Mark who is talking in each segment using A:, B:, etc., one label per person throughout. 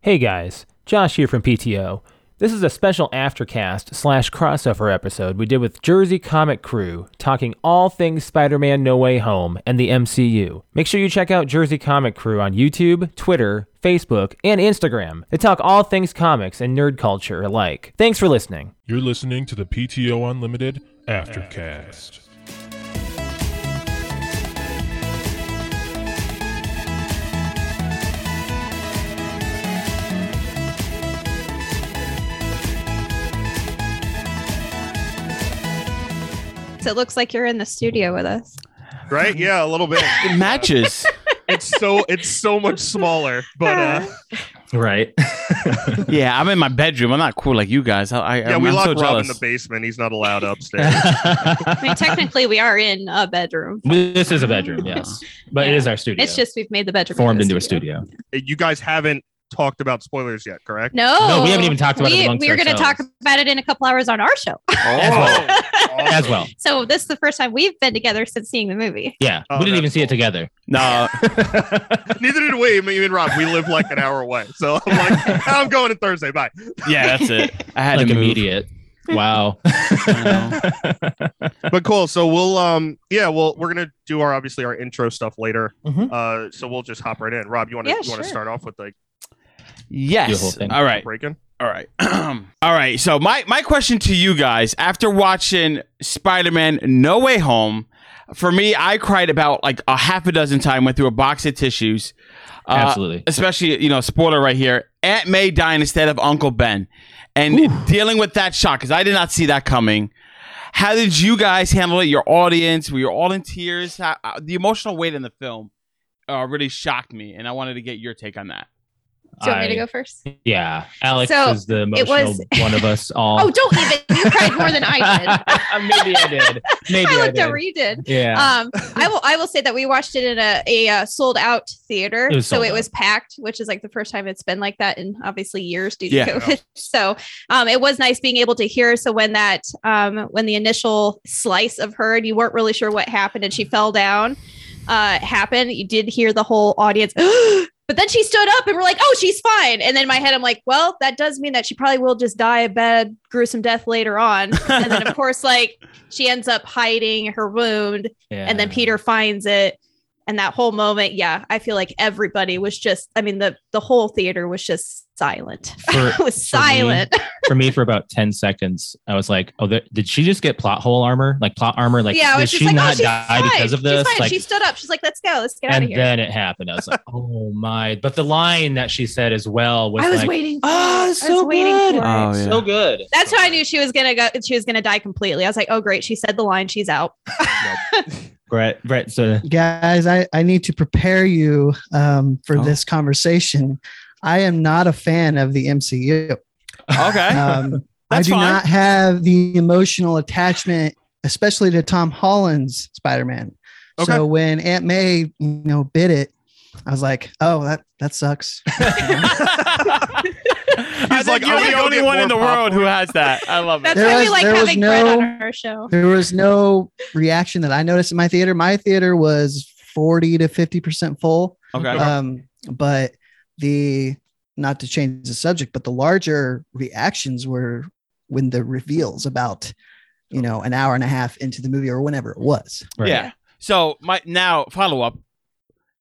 A: Hey guys, Josh here from PTO. This is a special aftercast slash crossover episode we did with Jersey Comic Crew, talking all things Spider Man No Way Home and the MCU. Make sure you check out Jersey Comic Crew on YouTube, Twitter, Facebook, and Instagram. They talk all things comics and nerd culture alike. Thanks for listening.
B: You're listening to the PTO Unlimited Aftercast.
C: It looks like you're in the studio with us.
D: right yeah a little bit
E: It matches.
D: it's so it's so much smaller but uh
F: Right.
E: yeah, I'm in my bedroom. I'm not cool like you guys. I, I,
D: yeah
E: I'm,
D: we
E: I'm
D: locked
E: so
D: rob
E: jealous.
D: in the basement he's not allowed upstairs
C: I mean, technically, we are in a bedroom.
F: this is a bedroom, yes. But it is our studio.
C: It's just we've made the bedroom
F: formed into a studio.
D: you guys haven't talked about spoilers yet correct
C: No,
F: No, we haven't even talked about it
C: We,
F: amongst
C: we are going to talk
F: ourselves.
C: about it in a couple hours on our show.
F: As
E: Oh.
F: well.
D: Oh. Awesome.
F: As well.
C: So this is the first time we've been together since seeing the movie.
F: Yeah.
D: Oh,
F: we didn't even
D: that's
F: see it
D: cool.
F: together.
E: no,
D: neither did we me and rob we live like an hour away so i'm like i'm going to thursday bye
E: yeah, that's it. I had
F: like
E: to move.
F: immediate. Wow.
E: I
D: but cool so we'll um yeah well we're gonna do our obviously our intro stuff later
E: Mm-hmm.
A: Mhm.
D: uh so we'll just hop right in rob you want to
C: Yeah,
D: you want
C: sure.
D: to start off with like
F: Your whole
E: Yes.
F: thing.
E: All right.
D: breaking
E: All right. All right. So my my question to you guys after watching Spider-Man No Way Home, for me, I cried about like a half a dozen time. Went through a box of tissues. Uh,
F: Absolutely.
E: especially you know spoiler right here aunt may dying instead of uncle ben and dealing with that shock because i did not see that coming how did you guys handle it your audience were you all in tears how, uh, the emotional weight in the film uh, really shocked me and i wanted to get your take on that
C: Do you want me to
F: I-
C: go first?
F: Yeah. Alex
C: So,
F: is the emotional
C: it was-
F: one of us all.
C: Oh, don't even. You cried more than I did.
F: Maybe I did. Maybe
C: I
F: I,
C: looked
F: did.
C: over. You did.
F: yeah.
C: um i will i will say that we watched it in a, a uh, sold out theater
F: It was
C: so
F: sold
C: it
F: out.
C: was packed which is like the first time it's been like that in obviously years due to
E: Yeah.
C: covid so um it was nice being able to hear so when that um when the initial slice of her and you weren't really sure what happened and she fell down uh happened you did hear the whole audience But then she stood up and we're like, oh, she's fine. And then in my head, I'm like, well, that does mean that she probably will just die a bad, gruesome death later on. And then, of course, like she ends up hiding her wound
F: yeah.
C: and then Peter finds it. And that whole moment, yeah, I feel like everybody was just, I mean, the, the whole theater was just silent.
F: For,
C: it was silent.
F: for me, for about 10 seconds, I was like, oh, there, did she just get plot hole armor? Like plot armor? Like,
C: yeah, I
F: did
C: was
F: she
C: just like, oh,
F: not
C: she's
F: die
C: fine.
F: because of this?
C: She's fine.
F: Like,
C: she stood up. She's like, let's go. Let's get out
F: and
C: of here.
F: then it happened. I was like, oh my. But the line that she said as well was,
C: I was
F: like,
C: waiting. for
F: Oh,
C: it.
F: it's
C: I was
F: so
C: waiting
F: good.
C: for it.
E: Oh, yeah.
F: so good.
C: That's how I knew she was gonna go. She was gonna die completely. I was like, "Oh great, she said the line. She's out."
F: Brett, Brett, so
G: guys I, I need to prepare you um, for
E: Oh.
G: this conversation i am not a fan of the mcu
E: okay
G: um, i
E: That's
G: do
E: fine.
G: not have the emotional attachment especially to tom holland's spider-man
D: Okay.
G: so when aunt may you know bit it i was like oh that that sucks
E: he's like
D: you
E: i'm
D: wanna
E: the
D: go
E: only
D: get
E: one in the
D: more
E: world who has that i love
C: That's
E: it
G: There
C: why we
G: was-
C: like
G: there was
C: having Brett
G: no-
C: on our show.
G: there was no reaction that i noticed in my theater my theater was 40 to 50 percent full
E: okay
G: um, but the not to change the subject, but the larger reactions were when the reveals about you know an hour and a half into the movie or whenever it was.
F: right.
E: yeah so my now follow up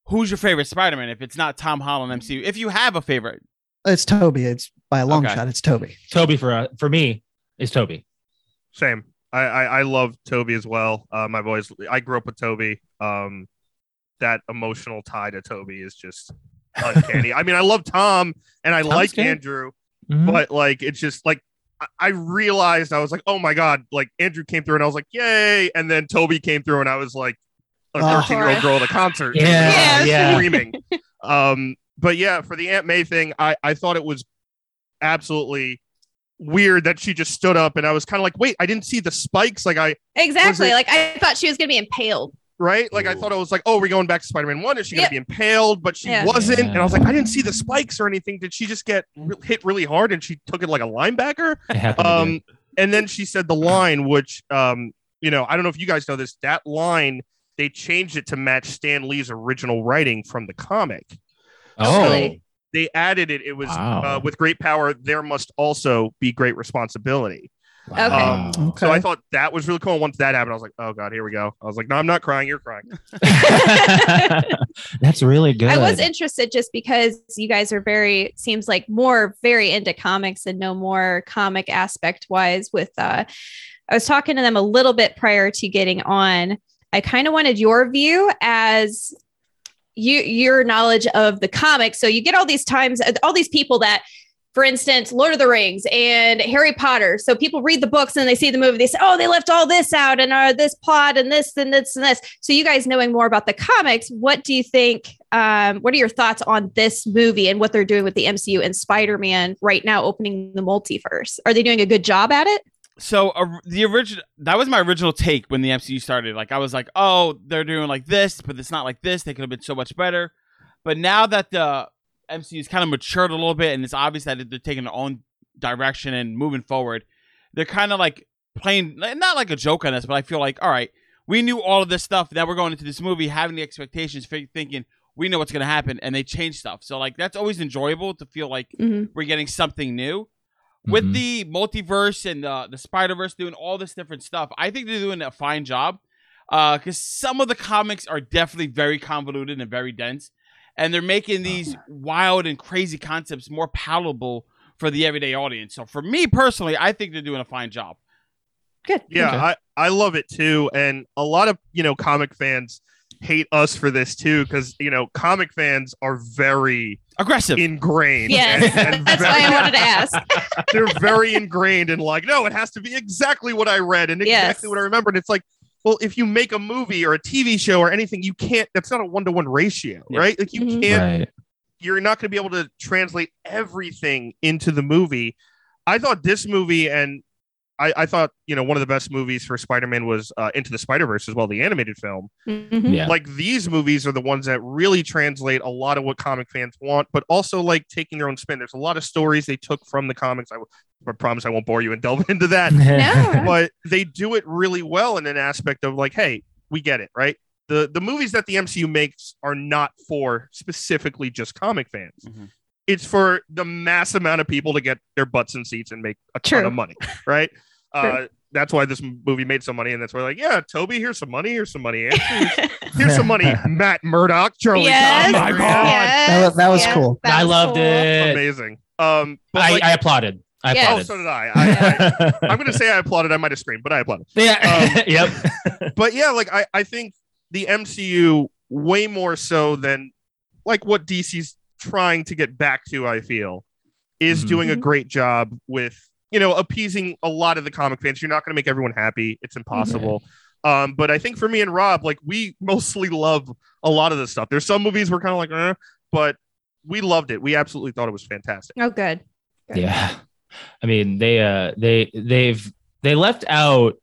E: who's your favorite spider-man if it's not tom holland mcu if you have a favorite
G: It's Toby. It's by a long
E: Okay.
G: shot. It's Toby.
F: Toby for uh, for me is Toby.
D: same I, I i love toby as well um i've always i grew up with toby um that emotional tie to toby is just uncanny i mean i love tom and i
F: Tom's
D: like
F: good.
D: andrew
C: Mm-hmm.
F: mm,
D: but like it's just like I- I realized I was like, oh my god, like Andrew came through and I was like, yay. And then Toby came through and I was like a
G: Oh.
D: 13 year old girl at a concert.
F: Yeah,
C: Yeah.
F: yeah.
D: Screaming. um, but yeah, for the Aunt May thing, I, I thought it was absolutely weird that she just stood up and I was kind of like, wait, I didn't see the spikes. Like I
C: Exactly.
D: Was it-
C: Like I thought she was gonna be impaled.
D: right? Like I thought I was like, oh, we're going back to Spider-Man One. Is she gonna
C: Yeah.
D: be impaled? But she
C: Yeah.
D: wasn't. And I was like,
F: Yeah.
D: I didn't see the spikes or anything. Did she just get re- hit really hard and she took it like a linebacker?
F: It happened again.
D: um and then she said the line which um you know i don't know if you guys know this that line they changed it to match stan lee's original writing from the comic
F: oh,
C: Really?
D: they added it. It was
F: Wow.
D: uh, with great power, there must also be great responsibility.
F: Wow.
G: Okay.
D: So I thought that was really cool. And once that happened, I was like, oh god, here we go. I was like, no, I'm not crying. You're crying.
F: That's really good.
C: I was interested just because you guys are very seems like more very into comics and know more comic aspect wise with uh I was talking to them a little bit prior to getting on. I kind of wanted your view as you your knowledge of the comics. So you get all these times all these people that for instance, Lord of the Rings and Harry Potter. So people read the books and they see the movie. They say, "Oh, they left all this out and uh, this plot and this and this and this." So you guys knowing more about the comics, what do you think? Um, what are your thoughts on this movie and what they're doing with the MCU and Spider-Man right now, opening the multiverse? Are they doing a good job at it?
E: so uh, the original that was my original take when the MCU started. Like I was like, oh, they're doing like this, but it's not like this. They could have been so much better. But now that the MCU's kind of matured a little bit, and it's obvious that they're taking their own direction and moving forward, they're kind of like playing not like a joke on us, but I feel like all right, we knew all of this stuff. Now we're going into this movie having the expectations, fi- thinking we know what's going to happen, and they change stuff. So like that's always enjoyable to feel like
F: Mm-hmm.
E: we're getting something new with
F: Mhm.
E: the multiverse and the, the Spider Verse doing all this different stuff. I think they're doing a fine job because some of the comics are definitely very convoluted and very dense, and they're making these wild and crazy concepts more palatable for the everyday audience. So for me personally, I think they're doing a fine job.
D: Yeah,
F: Okay.
D: I, I love it too. And a lot of, you know, comic fans hate us for this too, because you know, comic fans are very
E: Aggressive.
D: ingrained.
C: Yes,
D: and- and
C: that's
D: very-
C: why I wanted to ask.
D: they're very ingrained in like, no, it has to be exactly what I read and
C: Yes.
D: exactly what I remembered. It's like, well, if you make a movie or a TV show or anything, you can't. That's not a one to one ratio,
E: Yeah.
D: right? Like you
C: Mhm.
D: can't.
F: Right.
D: You're not going to be able to translate everything into the movie. I thought this movie and. I, I thought you know one of the best movies for Spider-Man was uh, Into the Spider-Verse as well, the animated film.
C: Mhm.
F: Yeah.
D: Like these movies are the ones that really translate a lot of what comic fans want, but also like taking their own spin. There's a lot of stories they took from the comics. I, w- I promise I won't bore you and delve into that
C: No,
D: but they do it really well in an aspect of like, hey, we get it, right? The the movies that the MCU makes are not for specifically just comic fans.
E: Mhm.
D: It's for the mass amount of people to get their butts in seats and make a ton
C: True.
D: of money, right? Uh, that's why this m- movie made some money, and that's why like, yeah, Toby, here's some money, here's some money, and here's some money. Matt Murdock, Charlie,
C: Yes.
D: Cox,
F: Oh my
D: Grant.
F: God.
G: That was- that was
C: yes,
G: cool.
C: that
F: I
C: was
F: loved
C: cool.
F: it.
D: amazing. Um, but
F: I,
D: like,
F: I applauded. I
C: Yeah.
D: oh,
F: applauded.
D: so did I. I, I I'm um, gonna say I applauded. I might have screamed, but I applauded.
F: yeah. yep.
D: but yeah, like I, I think the MCU way more so than like what DC's trying to get back to, I feel, is
F: Mhm.
D: doing a great job with, you know, appeasing a lot of the comic fans. You're not gonna make everyone happy. It's impossible. Um, but I think for me and Rob, like we mostly love a lot of this stuff. There's some movies we're kind of like, eh, but we loved it. We absolutely thought it was fantastic.
C: Oh, good.
F: Yeah. I mean, they uh they they've they left out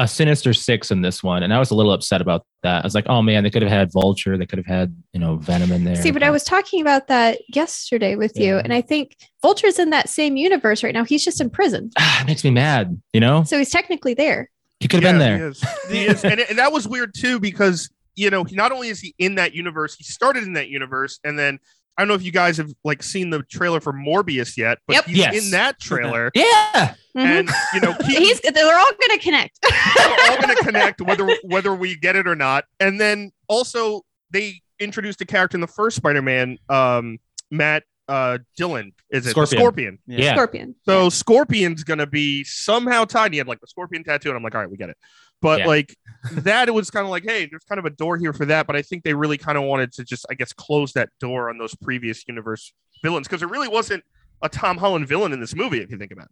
F: a sinister six in this one, and I was a little upset about that. I was like, oh man, they could have had Vulture, they could have had, you know, Venom in there.
C: See, but I was talking about that yesterday with you,
F: Yeah.
C: and I think Vulture's in that same universe right now. He's just in prison,
F: it makes me mad, you know?
C: so he's technically there.
F: He could have
D: Yeah,
F: been there.
D: He is. He is. And, and that was weird too because you know he- not only is he in that universe, he started in that universe, and then I don't know if you guys have like seen the trailer for Morbius yet, but
C: Yep.
D: he's
F: Yes.
D: in that trailer,
F: Yeah.
C: Mhm.
D: and you know Keaton-
C: he's they're all going to connect.
D: we're all going to connect whether whether we get it or not. And then also they introduced a character in the first Spider-Man, um, Matt uh, Dillon, is it
F: Scorpion.
D: Scorpion?
E: Yeah.
F: Yeah.
C: Scorpion.
D: So Scorpion's gonna be somehow tied. He had like the Scorpion tattoo, and I'm like, all right, we get it. But
F: Yeah.
D: like that, it was kind of like, hey, there's kind of a door here for that. But I think they really kind of wanted to just, I guess, close that door on those previous universe villains because there really wasn't a Tom Holland villain in this movie, if you think about it.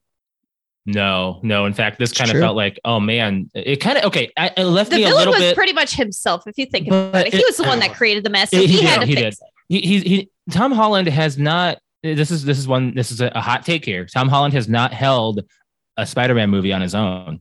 F: No, no. In fact, this kind of
G: True.
F: felt like, oh man, it kind of okay. I, it left
C: The
F: me a
C: villain
F: little
C: was
F: bit.
C: pretty much himself, if you think
F: But
C: about it. He
F: it- Oh.
C: was the one that created the mess. so
F: He-
C: he,
F: he
C: had
F: did, Oh,
C: to
F: he
C: fix
F: he, he, he Tom Holland has not this is this is one this is a, a hot take here. Tom Holland has not held a Spider-Man movie on his own.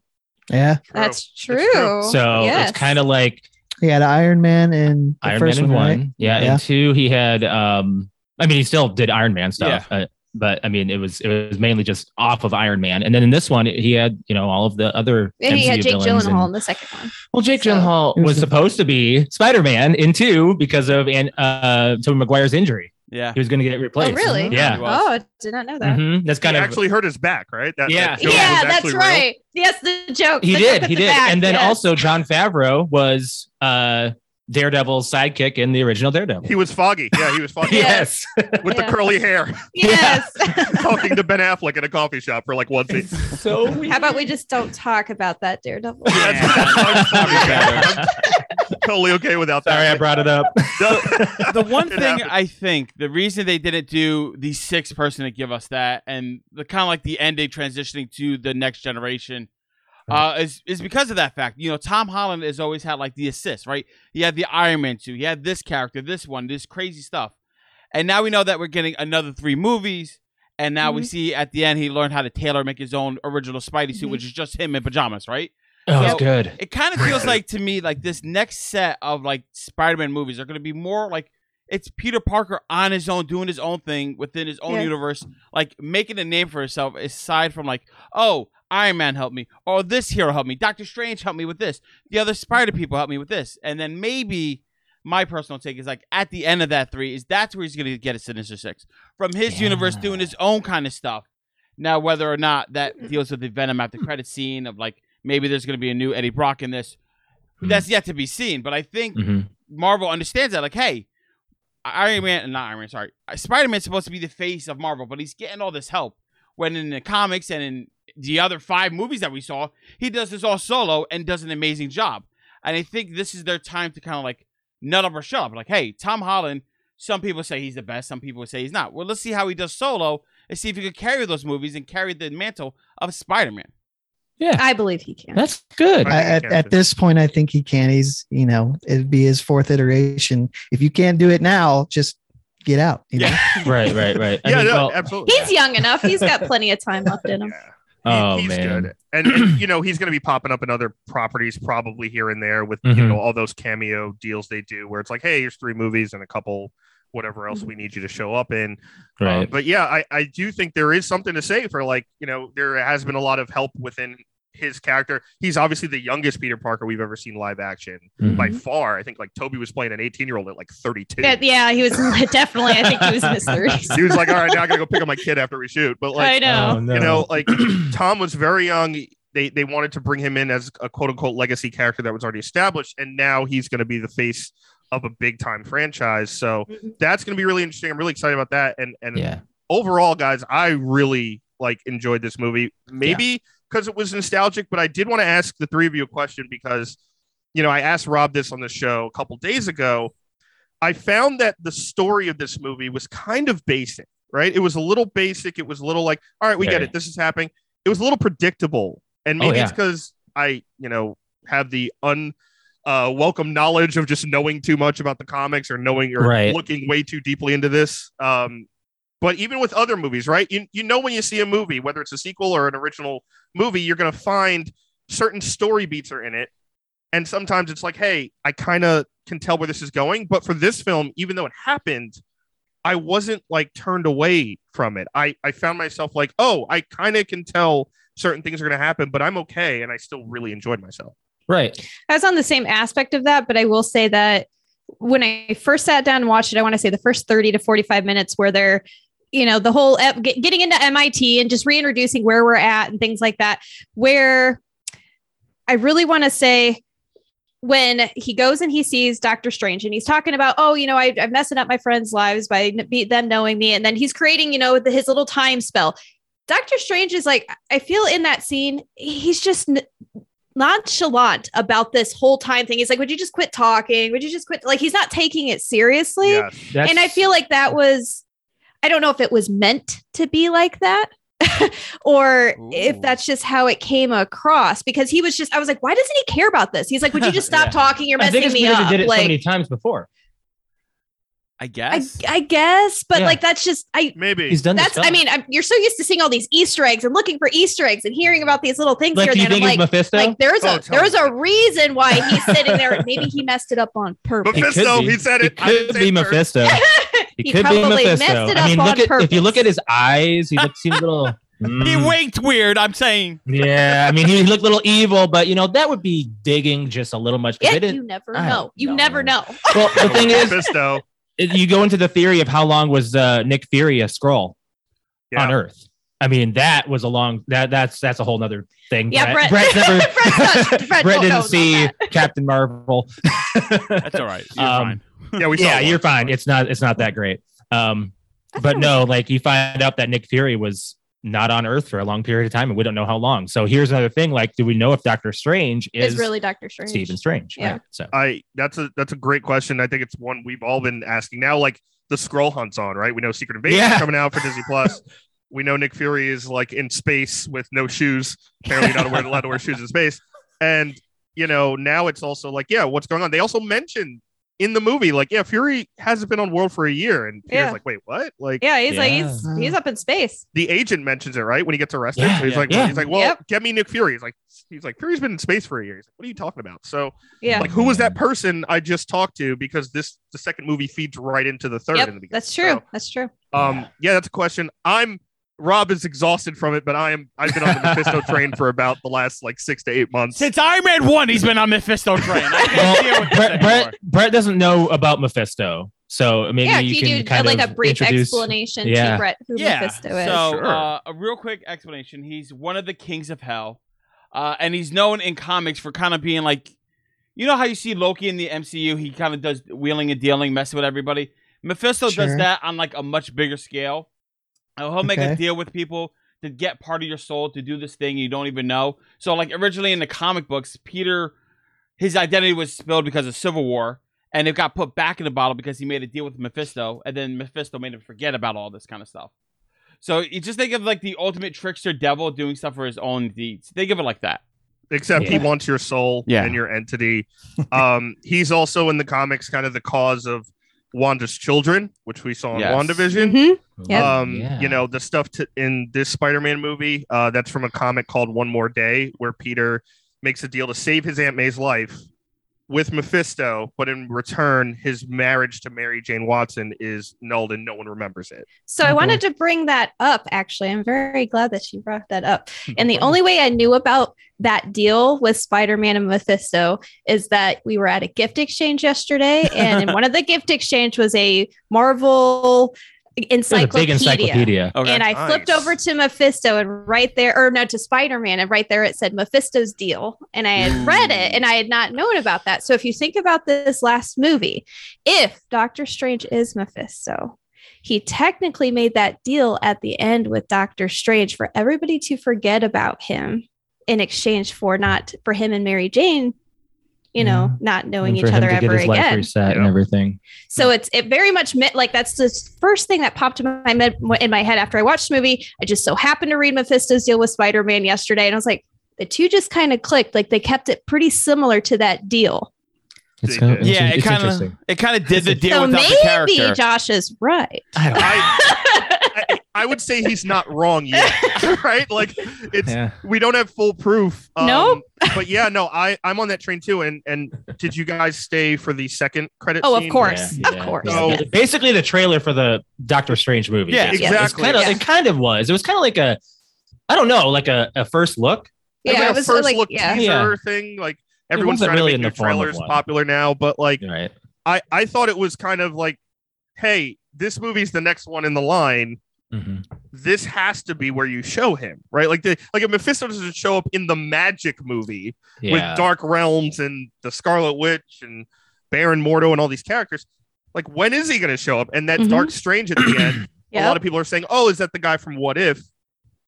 G: yeah.
C: it. That's
D: true.
C: true.
D: It's true.
F: So it's kind of like
G: He had Iron Man in the
F: Iron Man
G: first
F: in
G: one.
F: one.
G: right?
F: Yeah,
G: Yeah.
F: and two he had um I mean he still did Iron Man stuff. Uh, but I mean, it was it was mainly just off of Iron Man, and then in this one, he had you know all of the other.
C: And he
F: MCU
C: had Jake
F: villains and-
C: Gyllenhaal in the second one.
F: Well, Jake
C: So-
F: Gyllenhaal
G: It was
F: was
G: the-
F: supposed to be Spider Man in two because of and uh, Tobey Maguire's injury.
E: Yeah.
F: He was going to get replaced.
C: oh, really?
F: Yeah.
E: He was.
C: Oh, I did not know that.
F: hmm That's kind
D: he
F: of
D: actually hurt his back, right? That,
F: Yeah.
D: that joke
C: Yeah,
D: was
C: that's
D: actually real.
C: right. Yes, the joke.
F: he
C: the joke
F: did.
C: at
F: He
C: the
F: did.
C: back,
F: and then
C: yes.
F: also John Favreau was uh, Daredevil's sidekick in the original Daredevil.
D: He was foggy. Yeah, he was foggy
C: Yeah.
F: yes.
D: with
C: Yeah.
D: the curly hair,
C: yes.
D: talking to Ben Affleck at a coffee shop for like one scene.
F: so weird.
C: How about we just don't talk about that Daredevil?
D: That's- that's what I'm talking about. I'm totally okay without
F: Sorry, I
D: that.
F: brought it up.
E: the one
D: It
E: thing
D: happened.
E: I think the reason they didn't do the sixth person to give us that and the kind of like the ending transitioning to the next generation uh, is is because of that fact. You know, Tom Holland has always had like the assist, right? He had the Iron Man two, he had this character, this one, this crazy stuff, and now we know that we're getting another three movies. And now we
C: Mhm.
E: see at the end he learned how to tailor make his own original Spidey suit,
C: Mhm.
E: which is just him in pajamas, right?
F: Oh,
E: Yeah.
F: it's good.
E: it kind of feels like to me like this next set of like Spider-Man movies are going to be more like it's Peter Parker on his own doing his own thing within his own
C: Yeah.
E: universe, like making a name for himself aside from like, oh, Iron Man helped me, or this hero helped me, Doctor Strange helped me with this, the other Spider people helped me with this, and then maybe my personal take is like at the end of that three is that's where he's going to get a Sinister Six from his universe
F: Yeah.
E: doing his own kind of stuff. Now, whether or not that deals with the Venom after credit scene of like maybe there's going to be a new Eddie Brock in this,
F: Hmm.
E: that's yet to be seen. But I think
D: Mm-hmm.
F: hmm
E: Marvel understands that. Like, hey, Iron Man, not Iron Man, sorry, Spider Man's supposed to be the face of Marvel, but he's getting all this help. When in the comics and in the other five movies that we saw, he does this all solo and does an amazing job. And I think this is their time to kind of like nut up or shut up. Like, hey, Tom Holland, some people say he's the best, some people say he's not. Well, let's see how he does solo and see if he could carry those movies and carry the mantle of Spider Man.
C: I believe he can.
F: That's good.
D: I
G: I,
D: think he
G: at,
D: can too.
G: at this point, I think he can. He's, you know, it'd be his fourth iteration. If you can't do it now, just get out. You know?
F: right, right, right. I
D: Yeah,
F: mean,
D: no,
F: well,
D: absolutely.
C: He's young enough. He's got plenty of time left in him.
D: Yeah.
F: oh
D: he's
F: man.
D: good. And, and, you know, he's going to be popping up in other properties probably here and there with you
F: Mhm.
D: know all those cameo deals they do where it's like, hey, here's three movies and a couple whatever else we need you to show up in. Um,
F: Right.
D: but yeah, I, I do think there is something to say for like, you know, there has been a lot of help within his character. He's obviously the youngest Peter Parker we've ever seen live action
F: Mhm.
D: by far. I think like Toby was playing an 18 year old at like 32.
C: But yeah, he was definitely. I think he was in his thirties.
D: He was like, all right, now I gotta go pick up my kid after we shoot. But like,
C: I
D: um,
C: know.
F: Oh, no.
D: you know, like Tom was very young. They they wanted to bring him in as a quote unquote legacy character that was already established, and now he's going to be the face of a big time franchise. So
C: Mhm.
D: that's going to be really interesting. I'm really excited about that. And and
F: yeah.
D: overall, guys, I really like enjoyed this movie. Maybe because it was nostalgic, but I did want to ask the three of you a question because you know I asked Rob this on the show a couple days ago. I found that the story of this movie was kind of basic, right? It was a little basic. It was a little like, all right, we get
F: Very.
D: it. This is happening. It was a little predictable, and
F: Oh,
D: maybe it's
F: yeah.
D: because I, you know, have the un uh, welcome knowledge of just knowing too much about the comics or knowing or
F: Right.
D: looking way too deeply into this. Um, but even with other movies, right? You, you know, when you see a movie, whether it's a sequel or an original movie, you're going to find certain story beats are in it. And sometimes it's like, hey, I kind of can tell where this is going. But for this film, even though it happened, I wasn't like turned away from it. I, I found myself like, oh, I kind of can tell certain things are going to happen, but I'm okay. And I still really enjoyed myself.
F: Right.
C: I was on the same aspect of that, but I will say that when I first sat down and watched it, I want to say the first 30 to 45 minutes where they're, you know, the whole get- getting into MIT and just reintroducing where we're at and things like that, where I really want to say, when he goes and he sees Doctor Strange and he's talking about, oh, you know, I, I'm messing up my friends' lives by n- be, them knowing me. And then he's creating, you know, the, his little time spell. Doctor Strange is like, I feel in that scene, he's just n- nonchalant about this whole time thing. He's like, would you just quit talking? Would you just quit? Like, he's not taking it seriously.
F: That's,
C: And I feel like that was, I don't know if it was meant to be like that. or
E: Ooh.
C: if that's just how it came across, because he was just, I was like, why doesn't he care about this? He's like, would you just stop
E: Yeah.
C: talking? You're
F: I think
C: messing
F: it's
C: me
F: because
C: up.
F: he did it so many
C: like,
F: times before.
E: I
C: I,
E: guess.
C: I guess, but
F: Yeah.
C: like, that's just, I,
D: Maybe.
F: He's done this
C: that's, I
F: stuff.
C: mean, I'm, you're so used to seeing all these Easter eggs and looking for Easter eggs and hearing about these little things
F: like,
C: here
F: do you
C: and there.
F: think
C: and I'm
F: it's
C: like,
F: Mephisto?
C: Like there's
D: Oh,
C: a
D: tell
C: there's
D: me.
C: a reason why he's sitting there. Maybe he messed it up on purpose.
F: could
D: Mephisto,
F: be.
D: he said it. I
F: He
D: didn't
F: could
D: say
F: be
D: it first.
F: Mephisto. He,
C: He
F: could be
C: probably
F: Mephisto.
C: messed it
F: I mean,
C: up
F: look
C: on
F: at if you
C: purpose.
F: look at his eyes, he looks seems a little.
E: he
F: Mm.
E: winked weird. I'm saying.
F: Yeah, I mean, he looked a little evil, but you know that would be digging just a little much. 'cause
C: Yeah,
F: they didn't-
C: you never
F: I
C: know.
F: don't
C: You
F: know.
C: never know.
F: Well, the thing is,
D: Mephisto.
F: it- you go into the theory of how long was uh, Nick Fury a scroll
D: Yeah.
F: on Earth. I mean, that was a long that that's that's a whole nother thing.
C: Yeah, Brett-
F: Brett, never
C: Brett's not- Brett
F: Brett
C: don't know
F: didn't
C: about
F: see Captain Marvel.
E: That's all right. You're
F: Um,
E: fine.
D: Yeah, we saw
F: yeah,
D: one.
F: you're fine. It's not it's not that great. Um, but no, like you find out that Nick Fury was not on Earth for a long period of time, and we don't know how long. So here's another thing: like, do we know if Doctor Strange is,
C: Is really Doctor Strange.
F: Stephen Strange?
C: Yeah.
F: Right. So
D: I that's a that's a great question. I think it's one we've all been asking now. Like the scroll hunts on, right? We know Secret Invasion
F: Yeah.
D: coming out for Disney Plus. we know Nick Fury is like in space with no shoes. Apparently not allowed- allowed to wear shoes in space. And you know, now it's also like, yeah, what's going on? They also mentioned in the movie, like, yeah, Fury hasn't been on world for a year. And Peter's
C: Yeah.
D: like, wait, what? Like
C: Yeah, he's like
F: Yeah.
C: he's he's up in space.
D: the agent mentions it, right? When he gets arrested.
F: Yeah,
D: So he's
F: yeah,
D: like,
F: yeah.
D: he's like, well,
C: Yep.
D: get me Nick Fury. He's like, he's like, Fury's been in space for a year. He's like, what are you talking about? So
C: Yeah.
D: like who was that person I just talked to? Because this the second movie feeds right into the third.
C: Yep,
D: in the beginning.
C: that's true. that's true.
D: So, um, yeah, that's a question. I'm Rob is exhausted from it, but I am I've been on the Mephisto train for about the last like six to eight months.
E: Since Iron Man one, he's been on Mephisto train. I can't deal
F: well,
E: with this
F: Brett,
E: anymore.
F: Brett, Brett doesn't know about Mephisto, so maybe
C: yeah,
F: you
C: can you do
F: kind
C: like
F: of
C: a brief
F: introduce.
C: explanation
F: Yeah.
C: to Brett who
E: yeah.
C: Mephisto is?
E: So,
D: Sure.
E: uh, a real quick explanation. He's one of the kings of hell, uh, and he's known in comics for kind of being like, you know how you see Loki in the MCU. He kind of does wheeling and dealing, messing with everybody. Mephisto does
G: Sure.
E: that on like a much bigger scale. Uh, he'll make a
G: Okay.
E: deal with people to get part of your soul to do this thing you don't even know. So, like originally in the comic books, Peter, his identity was spilled because of Civil War, and it got put back in the bottle because he made a deal with Mephisto, and then Mephisto made him forget about all this kind of stuff. So you just think of like the ultimate trickster devil doing stuff for his own deeds. Think of it like that.
D: Except he
F: Yeah.
D: wants your soul
E: Yeah.
D: and your entity. Um, he's also in the comics kind of the cause of Wanda's children, which we saw in
E: Yes.
D: WandaVision.
C: Mhm. Yep.
D: Um,
F: Yeah.
D: you know, the stuff to, in this Spider-Man movie, uh, that's from a comic called One More Day, where Peter makes a deal to save his Aunt May's life with Mephisto, but in return, his marriage to Mary Jane Watson is nulled and no one remembers it.
C: So I wanted to bring that up. Actually, I'm very glad that you brought that up. And the only way I knew about that deal with Spider-Man and Mephisto is that we were at a gift exchange yesterday, and in one of the gift exchange was a Marvel
F: There's a big encyclopedia.
E: Okay.
C: and I
D: Nice.
C: flipped over to Mephisto and right there, or no, to Spider Man, and right there it said Mephisto's deal. And I had read it and I had not known about that. So if you think about this last movie, if Doctor Strange is Mephisto, he technically made that deal at the end with Doctor Strange for everybody to forget about him in exchange for not for him and Mary Jane, you know, not
F: And
C: knowing each other ever again.
F: reset and everything.
C: So it's it very much meant like that's the first thing that popped in my med- in my head after I watched the movie. I just so happened to read Mephisto's deal with Spider Man yesterday, and I was like, the two just kind of clicked. Like they kept it pretty similar to that deal.
F: It's,
D: Yeah,
F: it's,
E: it
F: it's
E: kinda-
F: interesting.
E: It kind of did the deal
C: so
E: without the
C: maybe
E: character.
C: Josh is right.
D: I, I, I would say he's not wrong yet, right? Like, it's
F: Yeah.
D: we don't have full proof. um,
C: Nope.
D: but yeah, no, I I'm on that train too. And and did you guys stay for the second credit?
C: Oh, of
D: scene?
C: course,
F: Yeah,
C: of
F: yeah,
C: course.
F: yeah.
D: So-
C: yes.
F: Basically, the trailer for the Doctor Strange movie.
E: Yeah,
F: basically.
D: exactly.
F: It's kind of,
C: Yeah.
F: It kind of was. It was kind of like a, I don't know, like a, a first look.
D: It's
C: Yeah,
D: like
C: it
D: a
C: was
D: first
C: like
D: look
C: yeah.
D: teaser
F: Yeah.
D: thing. Like everyone's
F: wasn't
D: trying
F: really
D: to
F: in
D: make
F: the
D: new
F: form of
D: trailers
F: one.
D: popular now, but like
F: Right.
D: I I thought it was kind of like, hey, this movie's the next one in the line.
F: Mhm.
D: This has to be where you show him, right? Like the like if Mephisto doesn't show up in the Magic movie
F: Yeah.
D: with Dark Realms and the Scarlet Witch and Baron Mordo and all these characters. Like when is he going to show up? And that
C: Mhm.
D: Dark Strange at the end. A lot
C: Yep.
D: of people are saying, "Oh, is that the guy from What If?"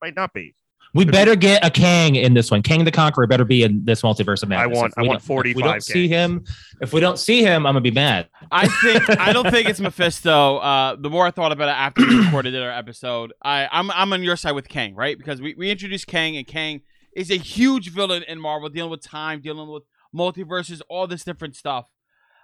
D: Might not be.
F: We better get a Kang in this one. Kang the Conqueror better be in this multiverse of madness.
D: want-
F: If we
D: I want
F: don't- If we
D: 45
F: don't see him, if we don't see him, I'm gonna be mad.
E: I think I don't think it's Mephisto. Uh, the more I thought about it after we recorded our episode, I, I'm I'm on your side with Kang, right? Because we, we introduced Kang, and Kang is a huge villain in Marvel, dealing with time, dealing with multiverses, all this different stuff.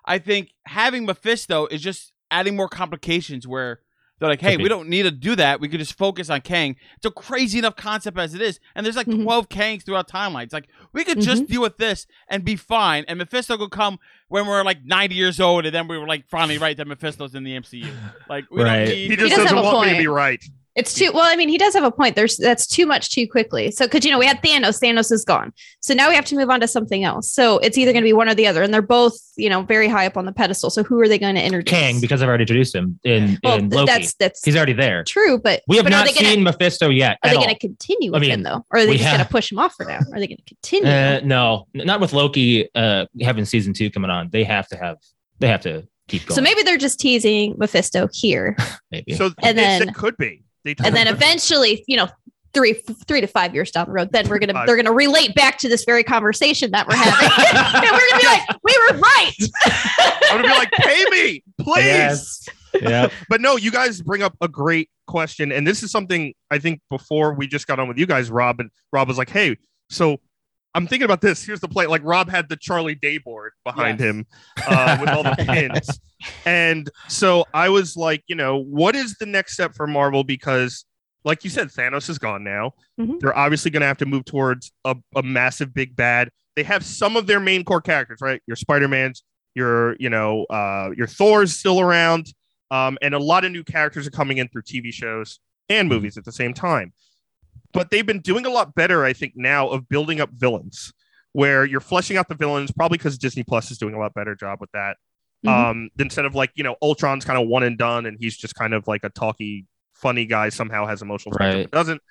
E: I think having Mephisto is just adding more complications where they're like,
F: Could
E: hey,
F: be.
E: we don't need to do that. We could just focus on Kang. It's a crazy enough concept as it is, and there's like
F: Mm-hmm.
C: Mhm.
E: 12 Kangs throughout timelines. Like we could just deal with this and be fine, and Mephisto could come when we're like 90 years old, and then we were like finally right that Mephisto's in the MCU. Like we
F: Right.
E: don't
D: He
E: need.
D: just
C: does
D: doesn't
C: have a
D: want me to
C: point.
D: be right.
C: It's too well. I mean, he does have a point. There's that's too much too quickly. So because you know we had Thanos, Thanos is gone. So now we have to move on to something else. So it's either going to be one or the other, and they're both you know very high up on the pedestal. So who are they going to introduce?
F: Kang because I've already introduced him in
C: well,
F: in
C: th-
F: Loki.
C: that's that's
F: He's already there.
C: true, but
F: We have
C: but
F: not
C: are they
F: seen
C: Gonna,
F: Mephisto yet.
C: are
F: at
C: they
F: all.
C: going to continue
F: I
C: with him
F: mean,
C: though, or are they
F: we
C: just going
F: have-
C: to push him off for now? Are they going to continue?
F: Uh, no, n- not with Loki uh, having season two coming on. They have to have. They have to keep going.
C: so maybe they're just teasing Mephisto here,
F: maybe.
D: So
C: And
D: it's-
C: then-
D: it could be. They
C: and then eventually, you know. Three, three to five years down the road, then we're gonna
D: Five.
C: they're gonna relate back to this very conversation that we're having, and we're gonna be like, we were right.
D: I'm gonna be like, pay me, please.
F: Yes. yep.
D: But no, you guys bring up a great question, and this is something I think before we just got on with you guys, Rob, and Rob was like, "Hey, so I'm thinking about this. Here's the play." Like Rob had the Charlie Day board behind him uh, with all the pins, and so I was like, you know, what is the next step for Marvel? Because, like you said, Thanos is gone now.
C: Mhm.
D: They're obviously going to have to move towards a, a massive big bad. They have some of their main core characters, right? Your Spider Man's, your you know, uh, your Thor's still around um, and a lot of new characters are coming in through TV shows and movies at the same time. But they've been doing a lot better, I think, now of building up villains, where you're fleshing out the villains, probably because Disney Plus is doing a lot better job with that.
C: Mhm.
D: Um, instead of like you know, Ultron's kind of one and done, and he's just kind of like a talky, funny guy. Somehow has emotional spectrum,
F: Right.
D: but doesn't.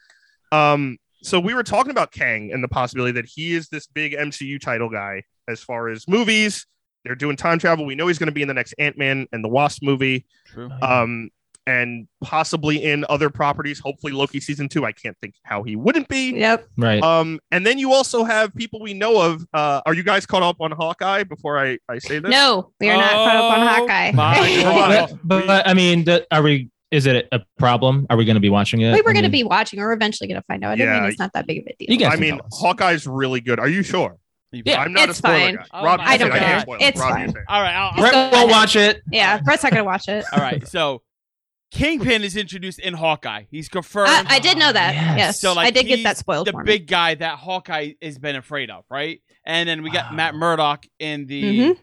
D: Um, so we were talking about Kang and the possibility that he is this big MCU title guy as far as movies. They're doing time travel. We know he's going to be in the next Ant Man and the Wasp movie
E: True.
D: um, and possibly in other properties. Hopefully, Loki season two. I can't think how he wouldn't be.
C: Yep.
F: Right.
D: Um, and then you also have people we know of. Uh, are you guys caught up on Hawkeye? Before I I say this,
C: No, we are not caught up on
E: Oh,
C: Hawkeye.
E: my God.
F: but, but, I mean, the, are we? Is it a problem? Are we going to be watching it?
C: we
F: I
C: were going to
F: mean,
C: be watching. We're eventually going to find out. I
D: Yeah.
C: mean it's not that big of a
F: You
C: deal.
F: guys
D: I
F: can
D: mean
F: tell us.
D: Hawkeye's really good. Are you sure?
F: Yeah.
D: I'm not
C: It's
D: a spoiler
C: fine.
D: guy.
E: Oh
D: Rob,
E: my
D: you said
C: God.
D: can't
C: I don't
D: spoil
C: care. It's
D: Rob, you
C: fine.
D: said.
E: All right. I'll, I'll-
C: Just
F: Brett
C: go
F: will
C: ahead.
F: watch it.
C: Yeah, Brett's not going to watch it.
E: all right. So Kingpin is introduced in Hawkeye. He's confirmed.
C: I, I did know that.
F: Yes.
C: Yes,
E: So, like,
C: I did get
E: he's
C: that spoiled.
E: the
C: for me.
E: big guy that Hawkeye has been afraid of, right? And then we got
F: Wow.
E: Matt Murdock in the
C: Mhm.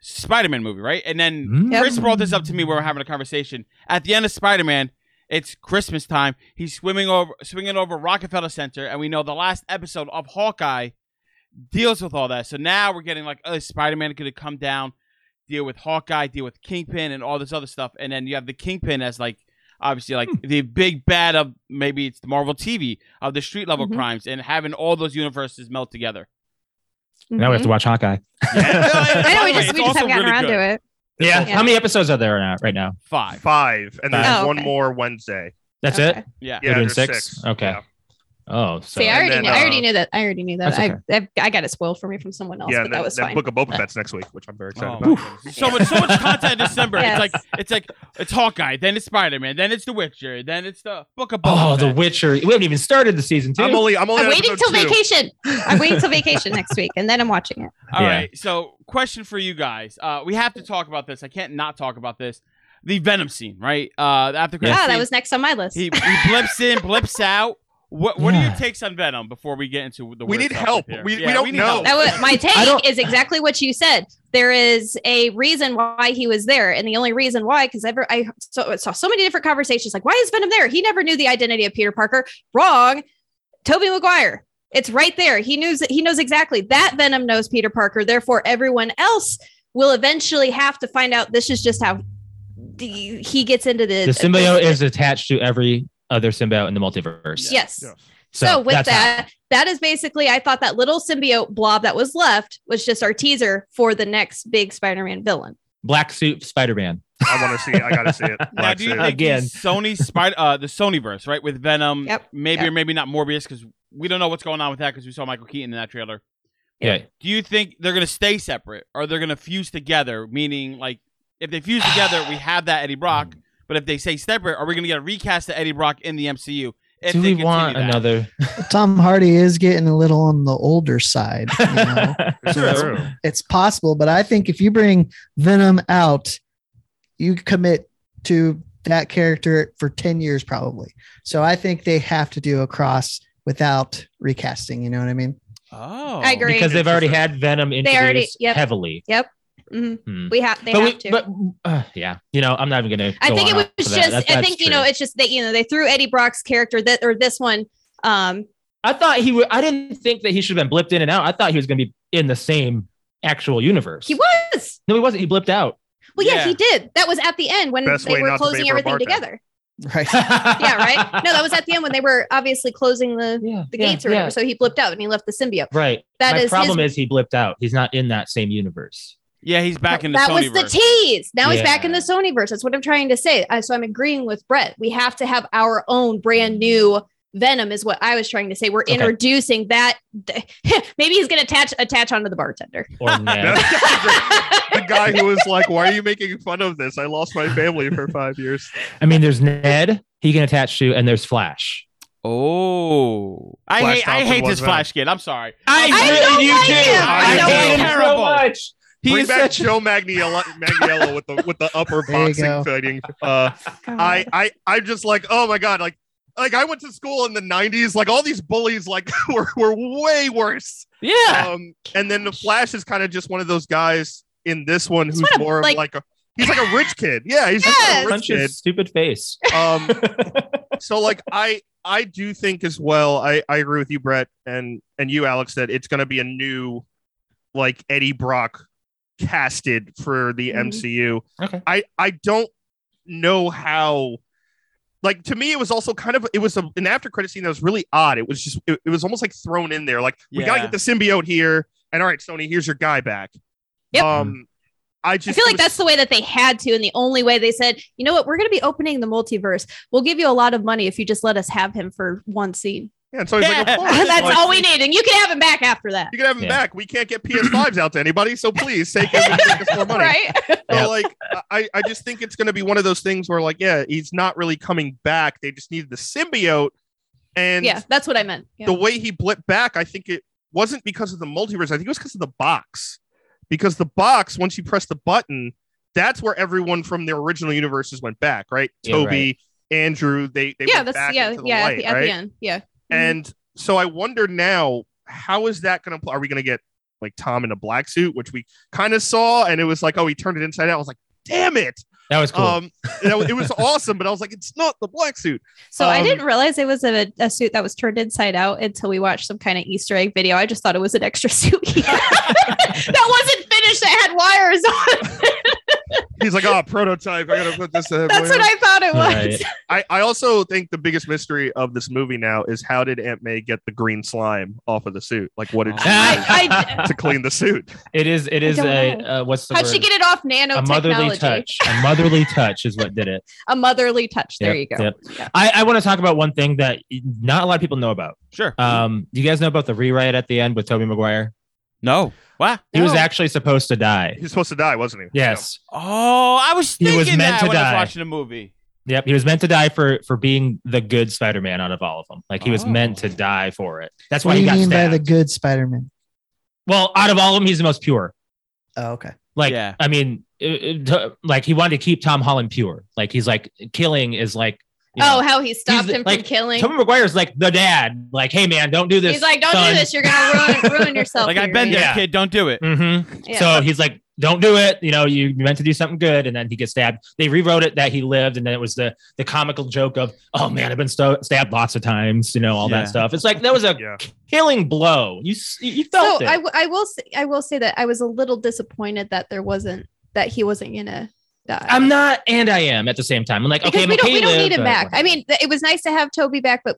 E: Spider-Man movie, right? And then
F: Mm.
E: Chris brought this up to me. when We were having a conversation at the end of Spider-Man. It's Christmas time. He's swimming over, swinging over Rockefeller Center, and we know the last episode of Hawkeye deals with all that. So now we're getting like, oh, is Spider-Man going to come down, deal with Hawkeye, deal with Kingpin, and all this other stuff, and then you have the Kingpin as like obviously like the big bad of maybe it's the Marvel TV of the street level
C: Mhm.
E: crimes, and having all those universes melt together.
F: Now
C: Mm-hmm.
F: we have to watch Hawkeye.
E: Yeah.
C: I know we
E: By the way,
C: just we
E: it's
C: just
E: also
C: haven't gotten
E: really
C: around
E: good.
C: to it.
F: yeah.
C: Yeah.
F: How many episodes are there now, right now?
E: Five.
D: Five, and then
C: Oh,
D: one
C: okay.
D: more Wednesday.
F: That's
C: Okay.
F: it.
E: Yeah.
D: Yeah,
F: doing
D: there's
F: six? Okay.
D: Yeah.
F: Oh, so
C: See, I already
D: then,
C: knew. I already
D: uh,
C: knew that. I already knew that.
F: That's okay.
C: I, I I got it spoiled for me from someone else,
D: Yeah,
C: but
D: and
C: that
D: then,
C: was
D: then
C: fine.
D: Book of Boba Fett's next week, which I'm very excited
E: Oh,
D: about.
E: So much, so much content in December.
C: Yes.
E: It's like it's like it's Hawkeye, then it's Spider Man, then it's The Witcher, then it's the Book of Boba
F: oh, The
E: Fett.
F: Witcher. We haven't even started the season two.
D: I'm only I'm only
C: I'm
D: on
C: waiting
D: episode
C: till
D: two.
C: vacation. I'm waiting till vacation next week, and then I'm watching it.
E: All
F: Yeah.
E: right. So, question for you guys. Uh, we have to talk about this. I can't not talk about this. The Venom scene, right? Uh, after
C: Yeah,
D: Ah,
E: credits
C: Ah, that
E: scene,
C: was next on my list.
E: he, he blips in, blips out. What What are
F: Yeah.
E: your takes on Venom before we get into the?
D: We
E: weird
D: need
E: stuff
D: help.
E: here?
D: We- we
E: Yeah,
D: don't
E: need
D: know.
E: help.
C: That was my
F: don't-
C: take is exactly what you said. There is a reason why he was there, and the only reason why, because ever I so, saw so many different conversations like, why is Venom there? He never knew the identity of Peter Parker. Wrong. Toby Maguire. It's right there. He knows he knows exactly that Venom knows Peter Parker. Therefore, everyone else will eventually have to find out. This is just how the, he gets into the,
F: the symbiote is attached to every other symbiote in the multiverse.
C: Yes.
D: Yeah.
C: So, with
F: that's how-
C: that, that is basically I thought that little symbiote blob that was left was just our teaser for the next big Spider-Man villain.
F: black suit Spider Man.
D: I want to see it. I got to see it.
E: Now,
D: Black
E: do you
D: suit.
E: think
F: Again.
E: the Sony Spider, uh, the Sonyverse, right, with
F: Hmm.
E: Venom,
C: Yep.
E: maybe
C: Yep.
E: or maybe not Morbius, because we don't know what's going on with that, because we saw Michael Keaton in that trailer.
F: Yeah.
E: do you think they're going to stay separate or they're going to fuse together? Meaning, like, if they fuse together, we have that Eddie Brock. But if they stay separate, are we going to get a recast of Eddie Brock in the MCU? If
F: Do
E: they
F: we
E: continue
F: want
E: that?
F: another?
G: Tom Hardy is getting a little on the older side. You know?
D: It's
G: Sure.
D: true.
G: it's possible, but I think if you bring Venom out, you commit to that character for 10 years probably. So I think they have to do a cross without recasting, you know what I mean?
E: Oh,
C: I agree.
F: because they've already
D: Interesting.
F: had Venom
C: already-
F: introduced
C: yep.
F: heavily.
C: Yep. Mhm.
F: Hmm.
C: We have they
F: but,
C: have
F: we-
C: to.
F: but uh, yeah, you know, I'm not even gonna.
C: I
F: go
C: think it
F: on
C: was
F: after
C: just.
F: that. That-
C: I
F: that's
C: think you
F: true.
C: know. It's just that you know they threw Eddie Brock's character that or this one. Um,
F: I thought he would. I didn't think that he should have been blipped in and out. I thought he was going to be in the same actual universe.
C: he was.
F: No, he wasn't. He blipped out.
C: Well, yeah,
E: Yeah.
C: he did. That was at the end when
D: Best
C: they
D: way
C: were
D: not to pay
C: closing
D: for a
C: everything
D: bartender.
C: together.
G: Right.
C: Yeah, right. No, that was at the end when they were obviously closing the
F: yeah,
C: the
F: yeah,
C: gates or
F: yeah.
C: whatever. So he blipped out and he left the symbiote.
F: Right.
C: That
F: My
C: is
F: problem
C: his-
F: is he blipped out. He's not in that same universe.
E: Yeah, he's back in the
C: that was
E: Sony
C: the tease. Now he's back in the
F: Yeah.
C: Sony verse. That's what I'm trying to say. Uh, so I'm agreeing with Brett. We have to have our own brand new Venom, is what I was trying to say. We're
F: Okay.
C: introducing that. Maybe he's gonna attach attach onto the bartender.
F: Or Ned.
D: the guy who was like, "Why are you making fun of this? I lost my family for five years."
F: I mean, there's Ned. He can attach to, and there's Flash.
E: Oh, I
D: Flash
E: hate, I
D: Thompson
E: hate
D: was
E: this
D: Venom.
E: Flash kid. I'm sorry.
F: I,
C: don't like him.
E: I
F: I,
E: don't
F: hate
E: like
F: him
E: him.
F: so
E: Terrible.
F: much. He
D: Bring
F: is
D: back
F: such.
D: Joe Magniello, Magniello with the with the upper
G: There you
D: boxing
G: go.
D: fighting. Uh, I I I'm just like, oh my god, like like I went to school in the '90s. Like all these bullies, like were were way worse.
F: yeah.
D: Um, and then the Flash is kind of just one of those guys in this one who's
C: one of,
D: more of
C: like-
D: like, a he's like a rich kid. Yeah, he's
C: Yes.
D: just a rich
F: Punch
D: kid.
F: his stupid face.
D: Um, so like I I do think as well. I I agree with you, Brett, and and you, Alex, that it's going to be a new like Eddie Brock casted for the
C: Mhm.
D: MCU.
F: Okay.
D: I I don't know how. Like to me, it was also kind of it was a, an after credit scene that was really odd. It was just it, it was almost like thrown in there. Like we gotta
E: Yeah.
D: get the symbiote here, and all right, Sony, here's your guy back.
C: Yep.
D: Um, I
C: I
D: just
C: feel
D: it
C: like
D: was-
C: that's the way that they had to, and the only way they said, you know what, we're gonna be opening the multiverse. We'll give you a lot of money if you just let us have him for one scene.
D: yeah. And so he's like,
E: Yeah.
D: of course.
C: That's
D: Like,
C: all we need, and you can have him back after that.
D: You can have him
F: Yeah.
D: back. We can't get PS5s out to anybody, so please take him and make us more money.
C: Right?
D: So,
F: Yep.
D: like, I, I just think it's going to be one of those things where, like, yeah, he's not really coming back. They just needed the symbiote. And
C: yeah, that's what I meant. Yeah.
D: the way he blipped back, I think it wasn't because of the multiverse. I think it was because of the box. Because the box, once you press the button, that's where everyone from their original universes went back, right?
F: Yeah,
D: Toby, Andrew, they, they
C: yeah,
D: went
C: that's
D: back
C: yeah,
D: into the
C: yeah,
D: light,
C: at, the, at
D: right?
C: the end. Yeah. Mm-hmm.
D: And so I wonder now, how is that going to play? Are we going to get like Tom in a black suit, which we kind of saw, and it was like, oh, he turned it inside out. I was like, damn it!
F: That was cool.
D: Um, you know, it was awesome, but I was like, it's not the black suit.
C: So I
D: Um,
C: didn't realize it was a, a suit that was turned inside out until we watched some kind of Easter egg video. I just thought it was an extra suit he had. that wasn't finished. That had wires on. it.
D: He's like, oh, prototype. I gotta put this. Uh,
C: That's what I thought it was.
F: Right.
D: I. I also think the biggest mystery of this movie now is how did Aunt May get the green slime off of the suit? Like, what did she
C: I-
D: do
C: I-
D: to clean the suit?
F: it is. It is
C: don't
F: a uh, what's the
C: How'd she
F: word?
C: get it off
F: a motherly
C: nanotechnology?
F: touch. A motherly touch is what did it.
C: A motherly touch. There
F: Yep,
C: you go.
F: yep.
C: Yeah.
F: I, I want to talk about one thing that not a lot of people know about.
E: Sure.
F: Um, do you guys know about the rewrite at the end with Toby Maguire?
E: no. What?
F: He was
D: No.
F: actually supposed to die.
D: He's supposed to die, wasn't he?
F: Yes.
E: Oh, I was
F: He
E: thinking
F: was meant
E: that
F: to
E: when I
F: die.
E: was watching the movie.
F: Yep. He was meant to die for for being the good Spider-Man out of all of them. Like he was
E: Oh.
F: meant to die for it. That's
G: what
F: why
G: do
F: he
G: you
F: got
G: mean by
F: stabbed.
G: the good Spider-Man?
F: well, out of all of them, he's the most pure.
G: Oh, okay.
F: Like
E: Yeah.
F: I mean, it- it- to- like he wanted to keep Tom Holland pure. Like he's like killing is like. you
C: Oh,
F: know,
C: how he stopped
F: the-
C: him from
F: like,
C: killing.
F: Tobey Maguire's like the dad. Like, hey man, don't do this.
C: He's like, don't
F: son."
C: do this. You're gonna ruin, ruin yourself.
E: Like
C: here."
E: I've been there,
F: Yeah.
E: kid. Don't do it.
F: hmm
C: Yeah.
F: So he's like, "Don't do it." You know, you meant to do something good, and then he gets stabbed. They rewrote it that he lived, and then it was the the comical joke of, "Oh man, I've been sto- stabbed lots of times," you know, all
E: Yeah.
F: that stuff. It's like that was a
D: Yeah.
F: killing blow. You s- you felt
C: so
F: it.
C: I, w- I will say I will say that I was a little disappointed that there wasn't that he wasn't gonna die.
F: I'm not, and I am at the same time. I'm like,
C: because
F: okay,
C: we don't
F: McKay
C: we don't
F: lived,
C: need him
F: but
C: back. I
F: whatever.
C: mean, th- it was nice to have Toby back, but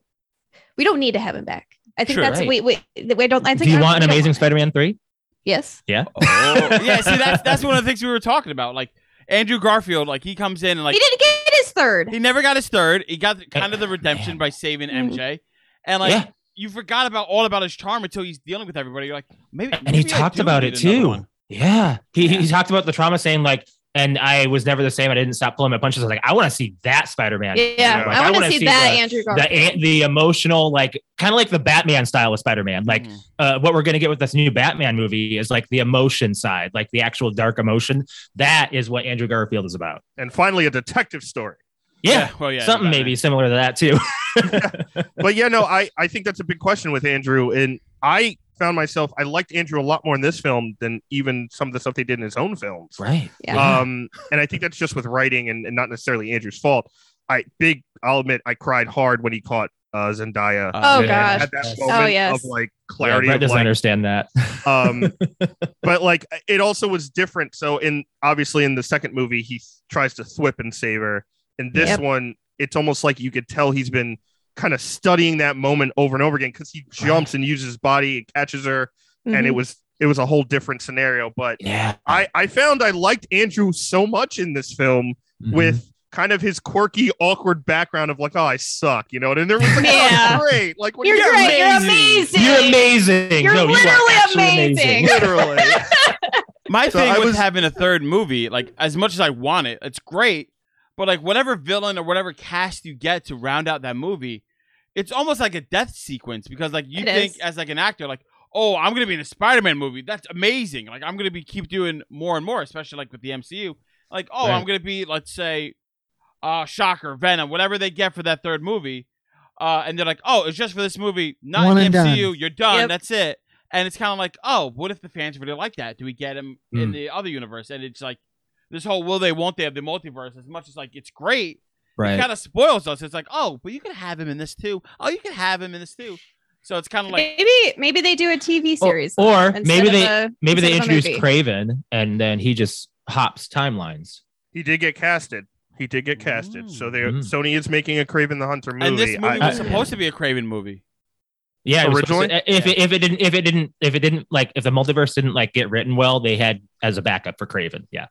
C: we don't need to have him back. I think
E: Sure,
C: that's
F: right.
C: we, we th- we don't. I think
F: do you
C: I-
F: want
C: we
F: an
C: don't
F: Amazing
C: want-
F: Spider-Man three?
C: Yes.
E: Oh, yeah. See, that's that's one of the things we were talking about. Like Andrew Garfield, like he comes in and like
C: he didn't get his third.
E: He never got his third. He got kind of the redemption by saving
C: Mhm.
E: MJ, and like
F: Yeah.
E: you forgot about all about his charm until he's dealing with everybody. You're like, maybe.
F: And he
E: maybe I
F: talked
E: do
F: about
E: need
F: it
E: another
F: too.
E: one.
F: Yeah, he he talked about the trauma, saying like. And I was never the same. I didn't stop pulling my punches. I was like, I want to see that Spider-Man.
C: yeah,
F: Like,
C: I want to
F: wanna
C: see, that
F: the-
C: Andrew
F: the
C: Garfield.
F: an- the emotional like kind of like the batman style of spider-man like
E: Mhm.
F: uh, what we're going to get with this new batman movie is like the emotion side like the actual dark emotion that is what andrew garfield is about
D: And finally, a detective story.
F: yeah,
E: Well, yeah.
F: something
E: Batman.
F: maybe similar to that too
D: but yeah, no, I, I think that's a big question with Andrew. And I found myself I liked Andrew a lot more in this film than even some of the stuff they did in his own films.
F: Right.
C: Yeah.
D: Um, and I think that's just with writing and, and not necessarily Andrew's fault. I big I'll admit I cried hard when he caught uh, Zendaya
C: Oh,
F: yeah.
C: gosh.
D: at that
F: Yes.
D: moment
C: Oh, yes.
D: of like
F: Yeah,
D: clarity.
F: Brett
D: of,
F: doesn't
D: like,
F: understand that.
D: um but like it also was different so in obviously in the second movie he th- tries to thwip and save her in this
C: Yep.
D: one it's almost like you could tell he's been kind of studying that moment over and over again because he jumps and uses his body and catches her and it
C: Mm-hmm.
D: was it was a whole different scenario but
F: yeah.
D: i i found i liked andrew so much in this film
F: Mm-hmm.
D: with kind of his quirky awkward background of like oh i suck you know and there was like
C: Yeah.
D: oh, great like what
C: You're
D: do you-
C: great. You're amazing.
F: You're amazing.
C: You're
F: No, you are
C: literally
F: actually
C: amazing.
D: literally
E: My
D: So
E: thing
D: I
E: with
D: was-
E: having a third movie, like as much as I want it, it's great, but like whatever villain or whatever cast you get to round out that movie, it's almost like a death sequence because like you
C: It
E: think
C: is.
E: as like an actor, like oh I'm gonna be in a Spider-Man movie, that's amazing. Like I'm gonna be keep doing more and more, especially like with the MCU. Like oh
F: Right.
E: I'm gonna be let's say, uh Shocker, Venom, whatever they get for that third movie, uh, and they're like oh it's just for this movie, not
G: One
E: in
G: and
E: the
G: done.
E: MCU, you're done,
C: Yep.
E: that's it. And it's kind of like, oh, what if the fans really like that? Do we get him in the other universe? And it's like this whole will they, won't they of the multiverse. As much as like it's great, it
F: Right.
E: kind of spoils us. It's like, oh, but you could have him in this too. Oh, you could have him in this too. So it's kind of like,
C: maybe maybe they do a TV series.
F: Or
C: instead
F: maybe
C: of
F: they
C: a-
F: maybe they
C: instead of a
F: introduce
C: movie.
F: Craven and then he just hops timelines.
D: He did get casted. He did get casted. So they
F: Mm.
D: Sony is making a Craven the Hunter movie.
E: and this movie
D: I-
E: was supposed to be a Craven movie.
F: Yeah, it was supposed
D: Originally?
F: to- if it, if it didn't if it didn't if it didn't like if the multiverse didn't like get written well, they had as a backup for Craven. Yeah,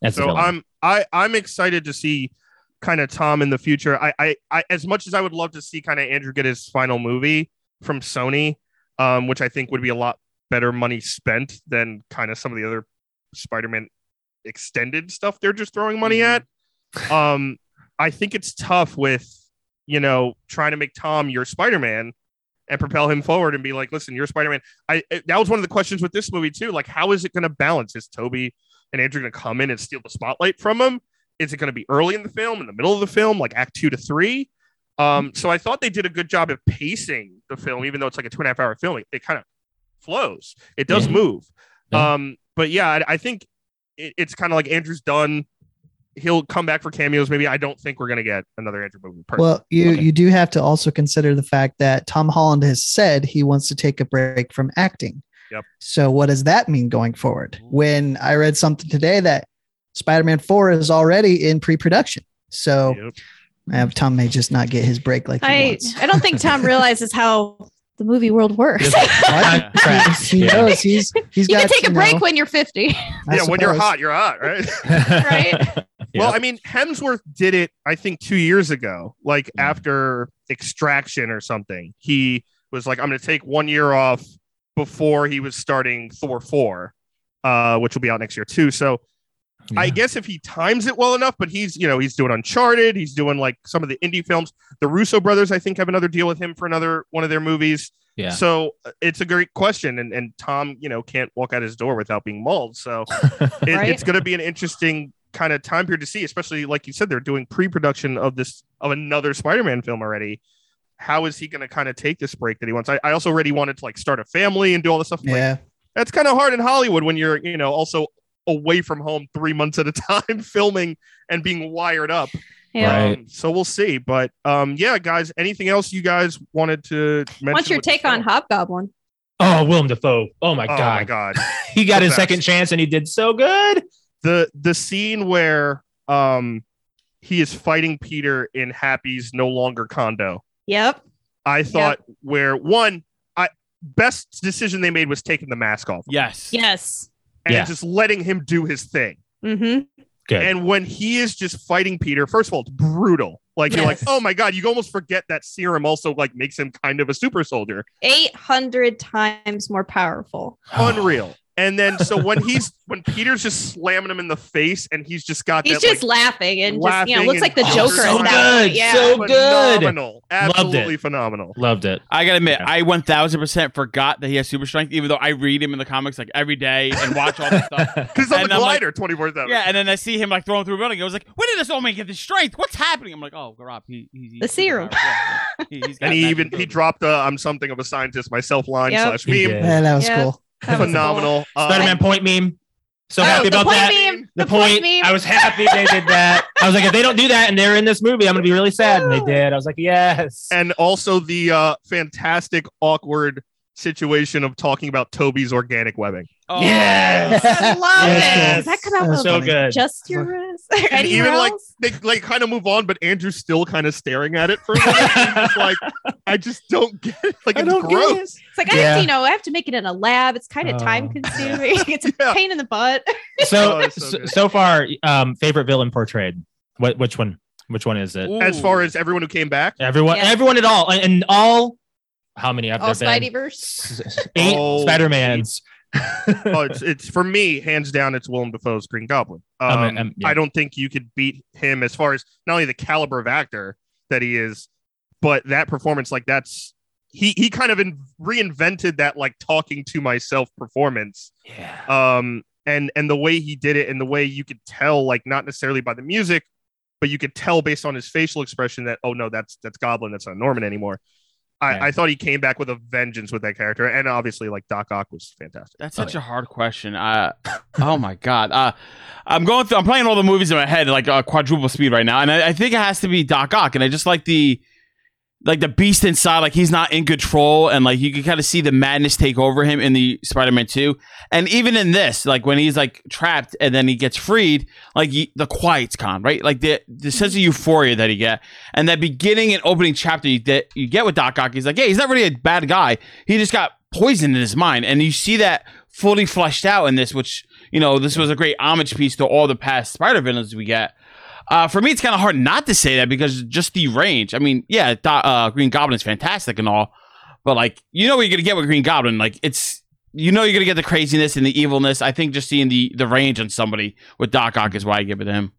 F: that's
D: so
F: I'm
D: I'm I I'm excited to see kind of Tom in the future. I, I I as much as I would love to see kind of Andrew get his final movie from Sony, um, which I think would be a lot better money spent than kind of some of the other Spider-Man extended stuff they're just throwing money at. Um, I think it's tough with you know trying to make Tom your Spider-Man and propel him forward and be like, listen, you're Spider-Man. I it- that was one of the questions with this movie too. Like, how is it going to balance? Is Toby and Andrew going to come in and steal the spotlight from him? Is it going to be early in the film, in the middle of the film, like Act Two to Three? Um,
F: Mm-hmm.
D: so I thought they did a good job of pacing the film, even though it's like a two and a half hour film. It, it kind of flows. It does
F: Yeah.
D: move.
F: Yeah.
D: Um, but yeah, I, I think it, it's kind of like Andrew's done. He'll come back for cameos. Maybe I don't think we're going to get another Andrew movie. Personally.
G: Well, you
F: Okay.
G: you do have to also consider the fact that Tom Holland has said he wants to take a break from acting.
D: Yep.
G: So what does that mean going forward?
F: Mm-hmm.
G: When I read something today that Spider-Man 4 is already in pre-production. So
D: Yep.
G: uh, Tom may just not get his break like he
C: I
G: wants.
C: I don't think Tom realizes how the movie world works.
E: Yeah.
G: He
F: Yeah.
G: knows he's he's
C: you
G: got
C: can take
G: you
C: a break
G: know,
C: when you're 50,
G: I
D: yeah, when you're
G: suppose.
D: hot, you're hot, right?
C: right?
D: Well,
F: Yep.
D: I mean, Hemsworth did it, I think, two years ago, like after Extraction or something. He was like, I'm going to take one year off before he was starting Thor 4, uh, which will be out next year, too. So I guess if he times it well enough, but he's, you know, he's doing Uncharted. He's doing like some of the indie films. The Russo brothers, I think, have another deal with him for another one of their movies.
F: yeah.
D: So uh, it's a great question. And, and Tom, you know, can't walk out his door without being mauled. So it,
C: Right.
D: it's going to be an interesting kind of time period to see, especially like you said, they're doing pre-production of this of another Spider-Man film already. How is he going to kind of take this break that he wants? I, I also already wanted to like start a family and do all this stuff. I'm like,
G: Yeah.
D: that's kind of hard in Hollywood when you're, you know, also away from home three months at a time filming and being wired up.
C: Yeah.
F: Right.
D: Um, so we'll see. But um, yeah, guys, anything else you guys wanted to mention?
C: What's your
D: with this
C: take on
D: film?
C: Hobgoblin?
F: Oh, Willem Dafoe. Oh my
D: oh
F: god.
D: my god.
F: He got
D: The
F: his
D: best.
F: second chance and he did so good.
D: the the scene where um he is fighting Peter in Happy's no longer condo.
C: Yep.
D: I thought where one I best decision they made was taking the mask off
E: Yes.
C: Yes.
D: and
F: Yeah.
D: just letting him do his thing.
C: Mm-hmm.
F: Good.
D: And when he is just fighting Peter, first of all, it's brutal. Like you're like,
C: Yes.
D: oh my god, you almost forget that serum also like makes him kind of a super soldier.
C: 800 times more powerful.
D: Unreal. And then so when he's when Peter's just slamming him in the face and he's just got
C: He's
D: that
C: just
D: like,
C: laughing and just, you know,
D: laughing
C: looks like the
D: and-
F: Oh,
C: Joker.
F: so
C: in that
F: good.
C: movie. Yeah.
F: So good.
D: phenomenal.
F: Loved it.
D: Absolutely phenomenal.
F: Loved it.
E: I gotta admit,
F: Yeah.
E: I 1000% forgot that he has super strength, even though I read him in the comics like every day and watch all this stuff.
D: Because on
E: And
D: the
E: I'm like-
D: glider, twenty four seven.
E: Yeah, and then I see him like thrown through a building. I was like, when did this old man get this strength? What's happening? I'm like, oh, Rob, he, he, he
C: The serum.
E: Yeah, yeah. He- he's got
D: and he
E: magic
D: even he
E: abilities.
D: dropped the "I'm something of a scientist myself" line
C: Yep.
D: slash
F: He
D: meme.
F: did.
G: Man, that was
C: Yeah.
G: cool.
C: That was
D: Phenomenal. Um,
F: Spider-Man point meme. So
D: Oh,
F: happy
D: the
F: about
C: point
F: that.
C: meme.
F: The, point.
C: meme.
F: I was happy they did that. I was like, if they don't do that and they're in this movie, I'm gonna be really sad. And they did. I was like, yes.
D: and also the uh, fantastic awkward situation of talking about Toby's organic webbing.
E: Oh.
F: Yes!
C: I love
F: Yes.
C: it. Does that come out
G: That was
C: with
F: so good.
C: just your wrist? Or anywhere
D: even, like,
C: else?
D: They like kind of move on, but Andrew's still kind of staring at it for a minute. He's just like, I just don't get it. Like it's gross.
C: It's like I have
F: Yeah.
C: to, you know, I have to make it in a lab. It's kind of
F: Oh.
C: time consuming. it's a
D: Yeah.
C: pain in the butt.
F: so,
D: Oh, it's so
F: so
D: good.
F: so far, um, favorite villain portrayed. What which one? Which one is it?
E: Ooh.
D: As far as everyone who came back,
F: Everyone,
C: Yeah.
F: everyone at all, and, and all. How many have
C: All
F: there been?
C: Spideyverse.
F: Eight
D: Oh,
F: Spider Mans.
D: oh, it's, it's for me, hands down, it's Willem Dafoe's Green Goblin. Um,
F: Um, um, yeah.
D: I don't think you could beat him as far as not only the caliber of actor that he is, but that performance, like that's he he kind of in, reinvented that like talking to myself performance.
F: yeah.
D: Um, and and the way he did it, and the way you could tell, like not necessarily by the music, but you could tell based on his facial expression that oh no, that's that's Goblin, that's not Norman anymore. I,
F: Yeah.
D: I thought he came back with a vengeance with that character, and obviously, like Doc Ock was fantastic.
E: That's such a hard question. Uh, oh my god. Uh, I'm going through. I'm playing all the movies in my head like uh, quadruple speed right now, and I, I think it has to be Doc Ock. And I just like the like the beast inside. Like he's not in control, and like you can kind of see the madness take over him in the Spider-Man Two, and even in this, like when he's like trapped and then he gets freed, like he, the quiet's gone, right? Like the the sense of euphoria that he get, and that beginning and opening chapter you get you get with Doc Ock. He's like, yeah, he's not really a bad guy. He just got poisoned in his mind, and you see that fully fleshed out in this, which you know this was a great homage piece to all the past Spider villains we get. Uh, for me, it's kind of hard not to say that because just the range. I mean, yeah, Do- uh, Green Goblin's fantastic and all, but like you know what you're gonna get with Green Goblin. Like it's you know you're gonna get the craziness and the evilness. I think just seeing the the range on somebody with Doc Ock is why I give it to him.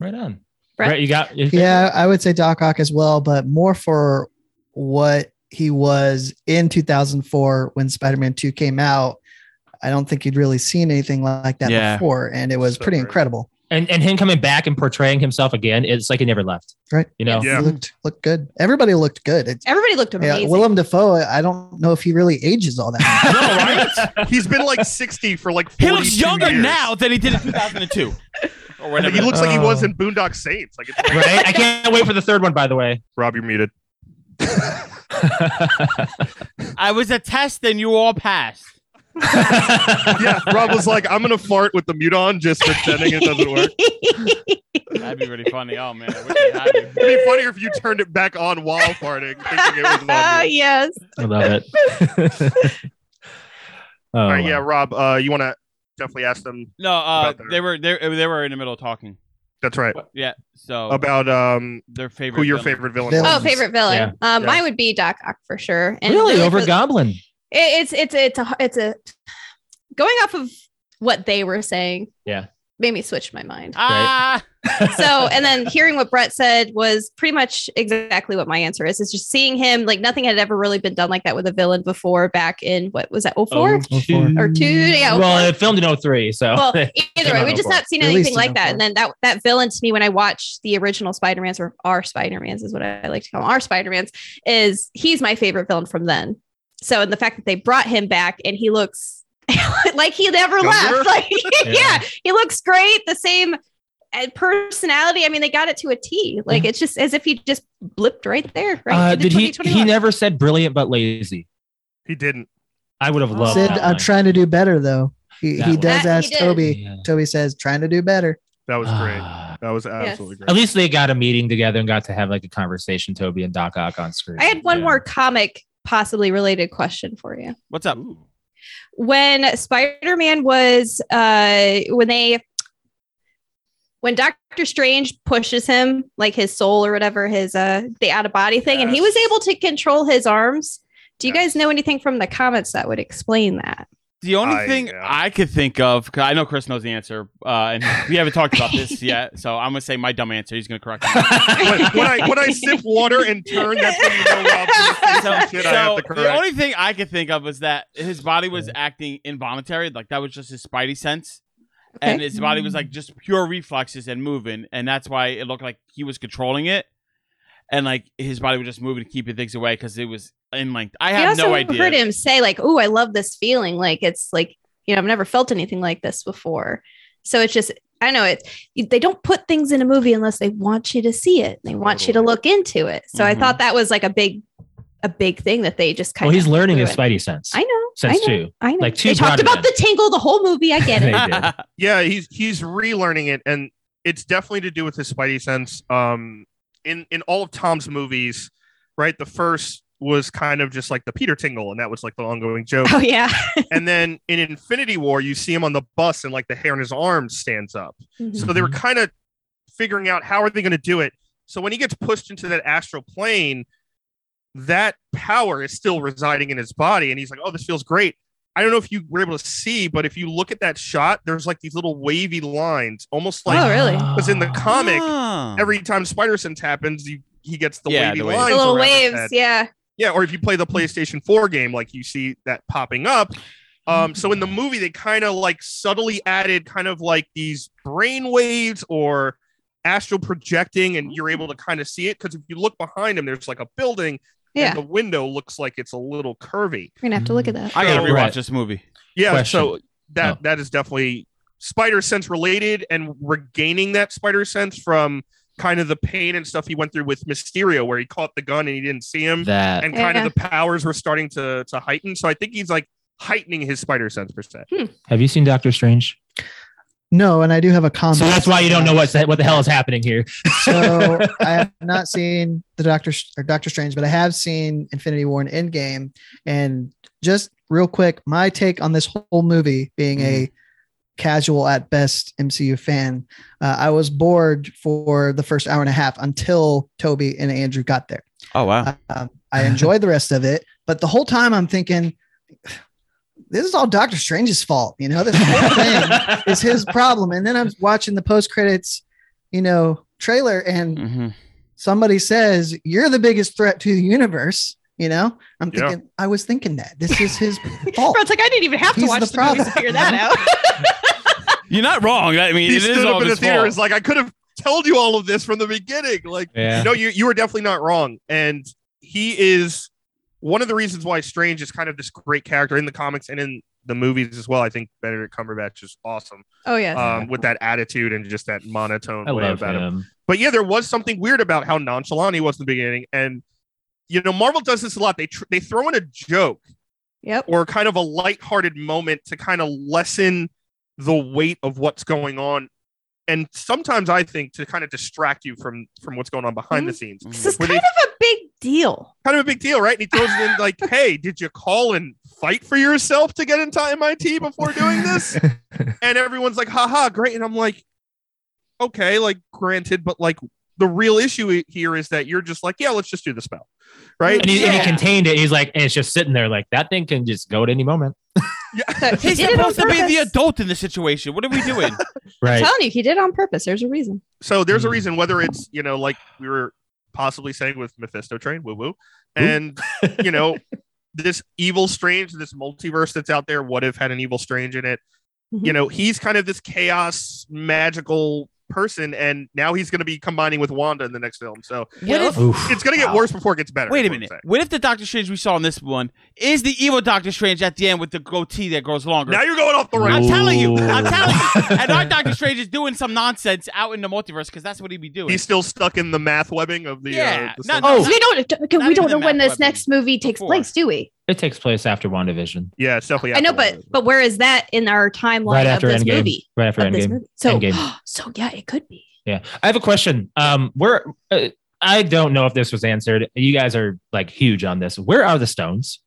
F: Right on.
C: Brett?
F: Brett, you got your favorite?
G: Yeah, I would say Doc Ock as well, but more for what he was in 2004 when Spider-Man 2 came out. I don't think you'd really seen anything like that
E: Yeah.
G: before, and it was
D: So
G: pretty
D: great.
G: incredible.
F: and and him coming back and portraying himself again, it's like he never left.
G: Right.
F: You know.
D: Yeah.
G: He looked looked good. Everybody looked good. It's,
C: Everybody looked
G: yeah,
C: amazing.
G: Willem Dafoe. I don't know if he really ages all that. much.
D: He's been like 60 for like 42
E: He looks younger
D: years.
E: now than he did in 2002. or
D: Like,
E: whatever.
D: he looks like he was
F: Oh.
D: in Boondock Saints. Like, it's,
F: right. I can't wait for the third one. By the way.
D: Rob, you're muted.
E: I was a test and you all passed.
D: Yeah, Rob was like, "I'm gonna fart with the mute on, just pretending it doesn't work."
E: That'd be really funny. Oh man, I wish I had you.
D: It'd be funnier if you turned it back on while farting, thinking it was on.
C: Ah,
D: mute.
C: yes.
F: I love it. oh,
D: All right, yeah,
F: wow.
D: Rob, uh, you want to definitely ask them.
E: No, uh,
D: About their-
E: they were they, they were in the middle of talking.
D: That's right.
E: Yeah, so
D: About um,
E: their favorite.
D: who your
E: villain.
D: favorite villain?
G: Villain.
D: was.
C: Oh, favorite villain.
F: Yeah.
C: Um,
D: Yeah.
C: mine would be Doc Ock for sure.
F: Really, over
C: for-
F: Goblin.
C: It, it's it's it's a it's a going off of what they were saying.
F: Yeah.
C: made me switch my mind.
E: Ah,
C: so and then hearing what Brett said was pretty much exactly what my answer is. It's just seeing him like nothing had ever really been done like that with a villain before. Back in what was that? Oh four or two? Yeah. 04.
F: Well, it filmed in 03, so
C: well,
F: Came
C: either way,
F: out
C: we just
F: over.
C: not seen
G: At least
C: anything
G: in
C: like that.
G: over.
C: And then that that villain to me, when I watch the original Spider Mans or our Spider Mans is what I like to call 'em, our Spider Mans, is he's my favorite villain from then. So and the fact that they brought him back and he looks like he never
D: Younger?
C: left, like yeah.
F: Yeah.
C: he looks great. The same uh, personality. I mean, they got it to a T. Like it's just as if he just blipped right there. Right?
F: uh,
C: into
F: did he? He
C: 2021.
F: never said brilliant but lazy.
D: He didn't.
F: I would have loved
G: Sid,
F: that.
G: I'm
F: line.
G: trying to do better though. He,
F: That
G: he
F: one.
G: does
C: That he
G: ask
C: did.
G: Toby.
F: Yeah.
G: Toby says, "Trying to do better."
D: That was great.
F: Ah.
D: That was absolutely
F: At
D: great.
F: least they got a meeting together and got to have like a conversation, Toby and Doc Ock on screen.
C: I had one
F: Yeah.
C: more comic possibly related question for you.
E: what's up?
C: when Spider-Man was uh when they when Doctor Strange pushes him like his soul or whatever his uh the out of body thing and he was
D: Yes.
C: able to control his arms. Do you
D: Yes.
C: guys know anything from the comments that would explain that?
E: The only
D: I-
E: thing
D: yeah.
E: I could think of, 'cause I know Chris knows the answer, uh, and we haven't talked about this yet, so I'm gonna say my dumb answer. He's gonna correct me.
D: when, when I when I sip water and turn, that's when you know Rob. did some shit I have to
E: the
D: correct.
E: only thing I could think of was that his body was acting involuntary, like that was just his spidey sense, and
C: Okay.
E: his body was like just pure reflexes and moving, and that's why it looked like he was controlling it. and like his body would just move to keep things away because it was in like I
C: I
E: have
C: also
E: no idea.
C: heard him say like, "Oh, I love this feeling. Like it's like you know, I've never felt anything like this before." So it's just, I know it. They don't put things in a movie unless they want you to see it. They want you to look into it. So I
E: Mhm.
C: thought that was like a big, a big thing that they just
F: Mm-hmm.
C: kind
F: Well,
C: of.
F: he's learning his spidey sense.
C: I know. I
F: Sense
C: know.
F: two.
C: I know.
F: Like, two
C: they talked
F: brought it
C: about
F: in.
C: the tingle the whole movie. I get it.
F: They did.
D: yeah he's he's relearning it and it's definitely to do with his spidey sense um in in all of tom's movies right the first was kind of just like the peter tingle and that was like the ongoing joke
C: oh yeah.
D: and then in infinity war you see him on the bus and like the hair on his arms stands up
C: Mhm.
D: so they were kind of figuring out how are they going to do it so when he gets pushed into that astral plane that power is still residing in his body and he's like oh this feels great i don't know if you were able to see but if you look at that shot there's like these little wavy lines almost like
C: oh really?
D: because in the comic
E: Ah.
D: every time spider sense happens you he gets the
E: Yeah,
D: wavy
E: the wave.
D: lines
C: The little
D: around his
C: waves.
D: head.
C: Yeah.
D: Yeah, or if you play the PlayStation 4 game, like you see that popping up. Um, so in the movie, they kind of like subtly added kind of like these brain waves or astral projecting, and you're able to kind of see it. Because if you look behind him, there's like a building,
C: Yeah.
D: and the window looks like it's a little curvy.
C: We're gonna have to look at that.
E: I gotta
D: So-
E: rewatch
F: Right.
E: this movie.
D: Yeah,
F: Question.
D: so that
F: Oh.
D: that is definitely spider sense related, and regaining that spider sense from kind of the pain and stuff he went through with Mysterio, where he caught the gun and he didn't see him
F: That
D: and kind
C: Yeah.
D: of the powers were starting to to heighten. So I think he's like heightening his spider sense per se.
F: have you seen Doctor Strange?
G: No, and I do have a comment.
F: So that's why you don't know what's what the hell is happening here.
G: so I have not seen the Doctor or Doctor Strange, but I have seen Infinity War and Endgame. And just real quick, my take on this whole movie, being
F: Mm-hmm.
G: a casual at best MCU fan, uh, I was bored for the first hour and a half until Toby and Andrew got there.
E: Oh wow.
G: Um, I enjoyed the rest of it, but the whole time I'm thinking, this is all Doctor Strange's fault. You know, this whole thing is his problem. And then I'm watching the post credits, you know, trailer, and
D: Mm.
E: hmm
G: somebody says you're the biggest threat to the universe you know i'm
D: Yeah.
G: thinking i was thinking that this is his fault
C: Brad's like, I didn't even have to
G: He's
C: watch
G: the
C: the, movies to
G: problem.
C: figure that out.
E: You're not wrong. I mean,
D: He
E: it is
D: stood
E: all
D: up in the
E: his
D: theater
E: fault.
D: is like, I could have told you all of this from the beginning. Like,
F: Yeah.
D: no, you you were definitely not wrong. And he is one of the reasons why Strange is kind of this great character in the comics and in the movies as well. I think Benedict Cumberbatch is awesome
C: oh yes.
D: um, with that attitude and just that monotone
F: I
D: way
F: love
D: about him.
F: him.
D: But yeah, there was something weird about how nonchalant he was in the beginning. And you know, Marvel does this a lot. They tr- they throw in a joke
C: yep.
D: or kind of a lighthearted moment to kind of lessen the weight of what's going on. And sometimes I think to kind of distract you from from what's going on behind the scenes.
C: This is
D: Were
C: kind
D: they-
C: of a big deal.
D: Kind of a big deal, right? And he throws it in like, "Hey, did you call and fight for yourself to get into MIT before doing this?" and everyone's like, "Haha, great!" And I'm like, "Okay, like granted, but like the real issue here is that you're just like, yeah, let's just do the spell, right?"
F: And he, and he
C: Yeah.
F: contained it. He's like, and it's just sitting there, like that thing can just go at any moment.
C: So he
E: He's
C: did it on
E: supposed to be the
C: purpose.
E: adult in the situation. What are we doing?
C: I'm
F: Right.
C: telling you, he did it on purpose. There's a reason.
D: so there's a
E: Hmm.
D: reason whether it's you know like we were possibly saying with mephisto train woo woo and you know this evil strange this multiverse that's out there what if had an evil strange in it you
E: Mm-hmm.
C: Mhm.
D: know he's kind of this chaos magical person and now he's going to be combining with wanda in the next film so
E: What if-
F: Oof.
D: it's going to get
E: Wow.
D: worse before it gets better
E: Wait
D: is
E: a
D: what I'm
E: minute.
D: saying.
E: What if the Doctor Strange we saw in this one is the evil Doctor Strange at the end with the goatee that grows longer?
D: now you're going off the rails
E: I'm telling you.
F: Ooh.
E: I'm telling you. And our Doctor Strange is doing some nonsense out in the multiverse because that's what he'd be doing.
D: he's still stuck in the math webbing of the
E: Yeah,
D: uh, the
E: no,
D: sun-
E: no,
C: So we don't. d-
E: Oh. Not
C: We
E: even
C: don't
E: the
C: know when
E: map
C: this
E: weapon.
C: next movie takes
E: Before.
C: place, do we?
F: It takes place after WandaVision.
D: yeah it's definitely
C: I know,
D: after
C: but
D: Wanda.
C: but where is that in our timeline
F: Right after
C: of this
F: Endgame.
C: movie?
F: Right after
C: Of this
F: Endgame.
C: movie. So
F: Endgame.
C: so yeah, it could be.
F: Yeah. I have a question. Um, where uh, I don't know if this was answered. You guys are like huge on this. Where are the stones?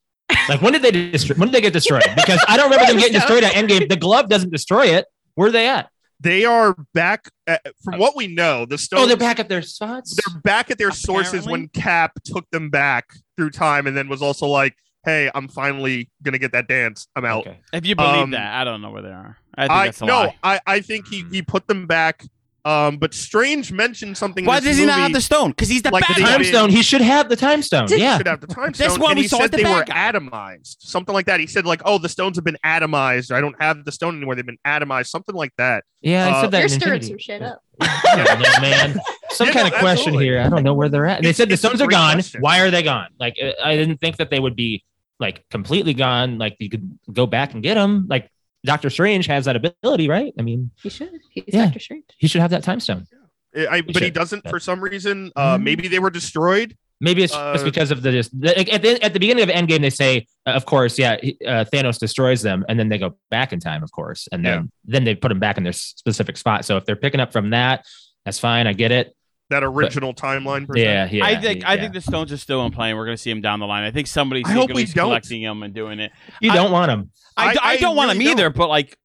F: Like when did they destroy? When did they get destroyed? Because I don't remember them
C: Where's
F: getting
C: the
F: destroyed at Endgame. The glove doesn't destroy it. Where are they at?
D: they are back at, from what we know the stone
F: Oh, they're back at their spots.
D: they're back at their sources
E: Apparently.
D: when Cap took them back through time and then was also like, hey, I'm finally gonna get that dance. I'm out.
F: Okay.
E: if you believe
D: Um,
E: that, I don't know where they are. I think
D: I
E: that's a
D: no,
E: lie.
D: I, I think he, he put them back. Um, but Strange mentioned something. in
E: Why
D: this
E: does he not
D: movie
E: have the stone? Because he's the
D: Like
E: bad
D: the
E: guy.
F: Time stone. He should have the time stone.
C: Did-
F: Yeah.
D: should have the time stone.
E: That's why
D: and
E: we
D: he
E: saw
D: said
E: it, the
D: they
E: bad
D: were
E: guy.
D: atomized, something like that. He said like, "Oh, the stones have been atomized. I don't have the stone anymore. They've been atomized, something like that."
F: Yeah. I
D: Uh,
F: said that.
C: You're
F: in
C: stirring
F: Infinity.
C: some shit up.
F: Yeah, man. some
D: Yeah,
F: kind
D: no,
F: of question
D: absolutely.
F: here. I don't know where they're at. They
D: It's-
F: said the
D: it's a
F: Stones are
D: great
F: gone.
D: question.
F: Why are they gone? Like uh, I didn't think that they would be like completely gone. Like you could go back and get them. Like Doctor Strange has that ability, right? I mean,
C: He should. He's
F: Yeah.
C: Doctor Strange.
F: he should have that time stone.
D: I, but he
F: should.
D: doesn't for some reason. Uh,
E: Mm-hmm.
F: Mhm.
D: maybe they were destroyed.
F: Maybe it's
D: Uh,
F: just because of the just like, at the at the beginning of Endgame they say, uh, of course, yeah, he- uh, Thanos destroys them, and then they go back in time, of course, and then then they put them back in their s- specific spot. So if they're picking up from that, that's fine. I get it.
D: That original timeline. percent.
F: Yeah, yeah.
E: I think I
F: yeah.
E: think the Stones are still in play. We're going to see them down the line. I think somebody's
D: I hope we
E: secretly
D: don't.
E: collecting them and doing it.
F: you
E: I-
F: don't want them.
E: I,
D: I-
E: d- I
D: I
E: don't want them
D: really
E: either, but like,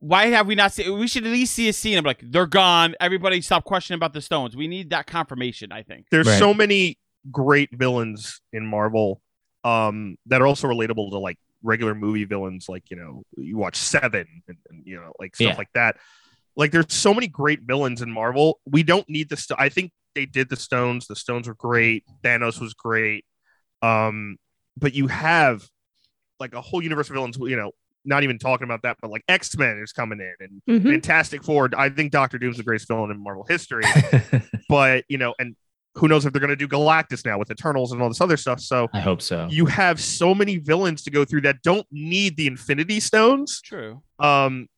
E: why have we not seen? We should at least see a scene of like they're gone. Everybody stop questioning about the Stones. We need that confirmation. I think.
D: There's
F: Right.
D: so many great villains in Marvel um, that are also relatable to like regular movie villains. Like you know, you watch Seven and, and, you know like stuff
F: Yeah.
D: like that. Like there's so many great villains in Marvel. We don't need the. St- I think they did the Stones. The Stones were great. Thanos was great. Um, but you have like a whole universe of villains. You know, not even talking about that, but like X Men is coming in and
F: Hmm?
C: Mhm.
D: Fantastic Four. I think Doctor Doom's the greatest villain in Marvel history. but you know, and who knows if they're going to do Galactus now with Eternals and all this other stuff. So
F: I hope so.
D: you have so many villains to go through that don't need the Infinity Stones.
E: True.
D: Um,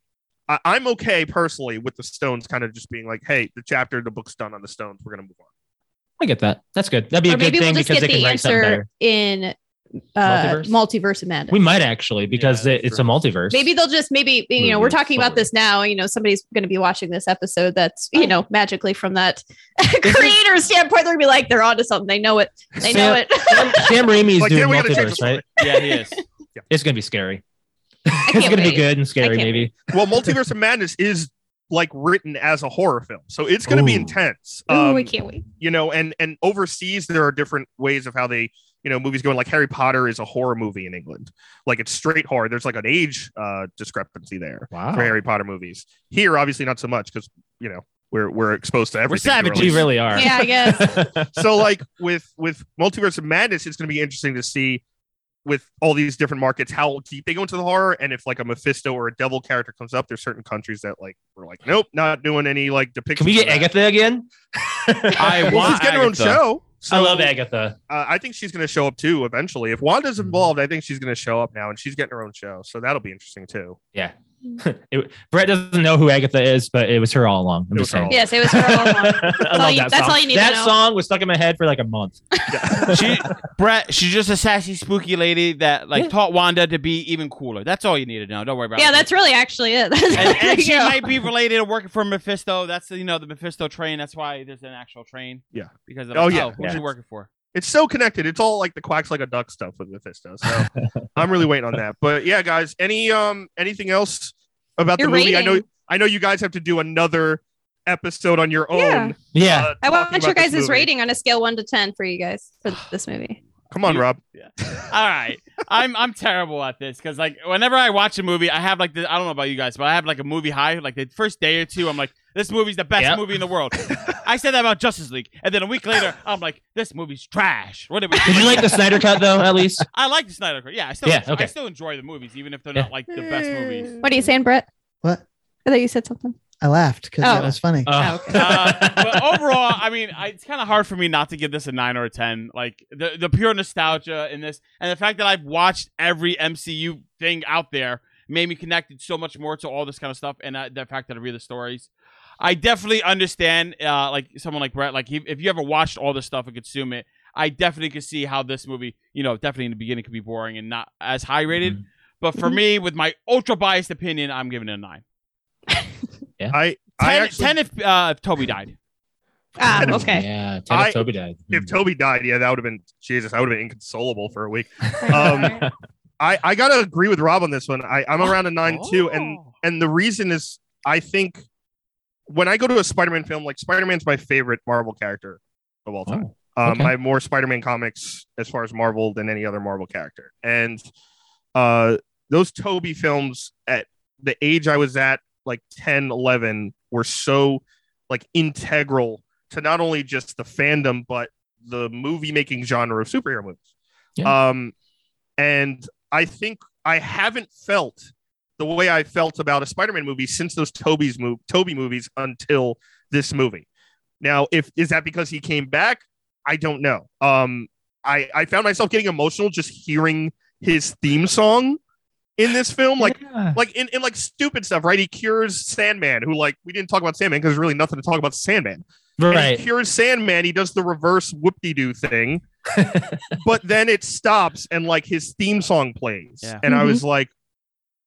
D: I- I'm okay personally with the stones kind of just being like, hey, the chapter, the book's done on the stones. We're going to move on.
F: I get that. That's good. That'd be
C: Or
F: a good
C: maybe we'll
F: thing
C: just
F: because
C: get
F: they can
C: the
F: write something
C: answer
F: better.
C: in uh,
F: Multiverse?
C: multiverse? of Madness.
F: We might actually because
E: Yeah,
F: it-
E: that's
F: it's a multiverse.
C: maybe they'll just maybe you know we're
F: Moving
C: talking about
F: forward.
C: this now. You know somebody's going to be watching this episode. That's you know magically from that creator standpoint. They're going to be like they're onto something. They know it. They know
F: Sam-
C: it.
F: Sam, Sam Raimi is
D: Like,
F: doing
D: yeah, we gotta change
F: multiverse,
D: the
F: right?
E: Yeah, he is.
F: It's gonna be scary.
C: can't
F: It's gonna
C: wait.
F: be good and scary,
C: can't
F: maybe.
D: Well, Multiverse of Madness is like written as a horror film, so it's going to be
F: Ooh.
D: intense.
C: Oh,
D: Um,
C: we can't wait.
D: you know, and and overseas there are different ways of how they you know movies going. Like Harry Potter is a horror movie in England, like it's straight horror. There's like an age uh, discrepancy there. for
F: Wow.
D: Harry Potter movies. Here, obviously, not so much because you know we're we're exposed to everything.
E: savages.
F: We really are.
C: Yeah, I guess.
D: so like with with Multiverse of Madness, it's going to be interesting to see with all these different markets how deep they go into the horror, and if like a Mephisto or a devil character comes up, there's certain countries that like we're like, nope, not doing any like depictions.
F: Can we get
D: of that.
F: Agatha again?
E: I
D: Well,
E: want
D: she's getting her own
E: Agatha.
D: show. So,
F: I love Agatha.
D: Uh, I think she's going to show up too eventually. If Wanda's
E: Mm-hmm.
D: involved, I think she's going to show up now, and she's getting her own show. So that'll be interesting too.
F: Yeah. It- Brett doesn't know who Agatha is, but it was her all along. I'm
D: It
F: just
D: was
F: saying.
D: her all
C: yes, it was for all along.
F: I
C: all
F: love
C: you-
F: that
C: that's
F: song.
C: all you need to
F: That
C: know.
F: song was stuck in my head for like a month.
E: She, Brett, she's just a sassy, spooky lady that like
F: Yeah.
E: taught Wanda to be even cooler. That's all you need to know. Don't worry about
C: Yeah,
E: it.
C: that's really actually it.
E: and, and she
C: Yeah.
E: might be related to working for Mephisto. That's you know the Mephisto train. That's why there's an actual train.
D: Yeah.
E: Because of,
D: Oh,
E: oh
D: yeah.
E: yeah, who's she
D: Yeah.
E: working for?
D: it's so connected. It's all like the quacks like a duck stuff with Mephisto. So I'm really waiting on that. But yeah, guys, any um anything else about
C: Your
D: the movie? I know
C: rating.
D: I know you guys have to do another episode on your own.
C: Yeah.
F: Yeah.
D: uh,
C: I
D: talking
C: want your
D: about this
C: guys'
D: movie.
C: rating on a scale one to ten for you guys for this movie.
D: Come on, Rob.
E: All right, I'm I'm terrible at this because like whenever I watch a movie, I have like the, I don't know about you guys, but I have like a movie high. Like the first day or two, I'm like, this movie's the best
F: Yep.
E: movie in the world. I said that about Justice League, and then a week later, I'm like, this movie's trash. What did we?
F: Did you like the Snyder cut though? At least
E: I like the Snyder Cut. Yeah, I still
F: Yeah,
E: I
F: okay.
E: still enjoy the movies, even if they're
F: Yeah.
E: not like the best movies.
C: What are you saying, Brett?
G: What?
C: I thought you said something.
G: I laughed because that
C: Oh.
G: was funny.
F: Oh.
E: Uh, but overall, I mean, I, it's kind of hard for me not to give this a nine or a ten. Like the the pure nostalgia in this, and the fact that I've watched every MCU thing out there made me connected so much more to all this kind of stuff, and uh, the fact that I read the stories. I definitely understand, uh, like someone like Brett, like he, if you ever watched all this stuff and consume it, I definitely could see how this movie, you know, definitely in the beginning could be boring and not as high rated.
D: Mm-hmm.
F: Mhm.
E: But for
C: Mhm.
E: me, with my ultra biased opinion, I'm giving it a nine.
D: I I
E: Ten,
D: actually,
E: 10 if, uh, if Toby died.
C: Ah,
D: And-
C: okay.
F: Yeah.
D: I-
F: Ted Toby died.
D: if Toby died, yeah, that would have been Jesus, I would have been inconsolable for a week. Um I, I gotta agree with Rob on this one. I, I'm around a nine too, and
E: Oh.
D: and the reason is I think when I go to a Spider-Man film, like Spider-Man's my favorite Marvel character of all time. um,
F: okay.
D: I have more Spider-Man comics as far as Marvel than any other Marvel character, and uh, those Toby films at the age I was at, like 10, 11, were so like integral to not only just the fandom but the movie making genre of superhero movies. Um, and I think I haven't felt the way I felt about a Spider-Man movie since those Toby's move Toby movies until this movie. Now, if is that because he came back? I don't know. Um, I I found myself getting emotional just hearing his theme song in this film. Like
F: Yeah.
D: like in, in like stupid stuff, right? He cures Sandman, who like we didn't talk about Sandman because there's really nothing to talk about Sandman. And
F: right.
D: he cures Sandman. He does the reverse whoop-de-doo thing, but then it stops and like his theme song plays,
E: Yeah. Mm-hmm.
D: and I
C: Mhm.
D: was like,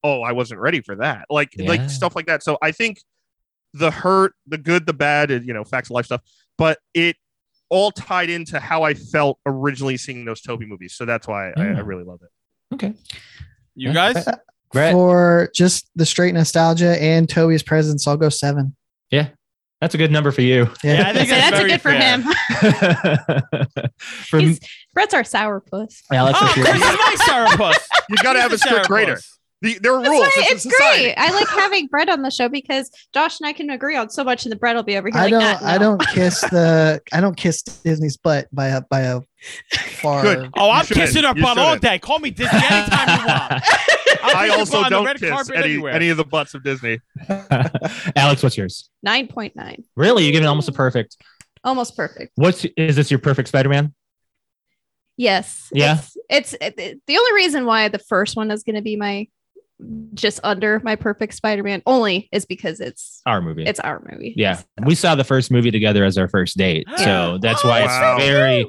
D: oh, I wasn't ready for that. Like
F: Yeah.
D: like stuff like that. So I think the hurt, the good, the bad, and, you know, facts of life stuff, but it all tied into how I felt originally seeing those Toby movies. So that's why I, I
E: Mm.
F: Yeah.
D: really love it.
F: Okay.
E: You guys?
F: Brett,
G: For just the straight nostalgia and Toby's presence, I'll go seven.
F: that's a good number for you.
E: Yeah, I
C: So
E: think
C: that's a
E: very
C: good for
E: fair.
C: him.
F: for
C: He's- Brett's our sourpuss.
F: yeah, that's
E: Oh,
F: for
E: Chris
F: sure.
E: is my sourpuss.
D: You got to have a strict grader. The, there are
C: That's
D: rules.
C: why
D: This is
C: it's
D: society.
C: great. I like having Brett on the show because Josh and I can agree on so much, and the Brett will be over here.
G: I
C: like,
G: don't.
C: "Ah,
G: I
C: no."
G: don't kiss the. I don't kiss Disney's butt by a by a far.
D: Good.
E: Oh, I'm
D: You shouldn't.
E: kissing her
D: You
E: butt all
D: shouldn't.
E: day. Call me Disney anytime you want.
D: I
E: I'll kiss your butt on
D: also
E: the
D: don't
E: red
D: kiss
E: carpet
D: any,
E: anywhere.
D: any of the butts of Disney.
F: Alex, what's yours?
C: Nine point nine,
F: Really? You're giving almost a perfect.
C: almost perfect.
F: What's is this your perfect Spider-Man?
C: Yes.
F: Yeah.
C: It's, it's it- it- the only reason why the first one is going to be my just under my perfect Spider-Man only is because it's
F: Our movie.
C: it's our movie.
F: yeah. We saw the first movie together as our first date. So that's why it's
D: Wow.
F: very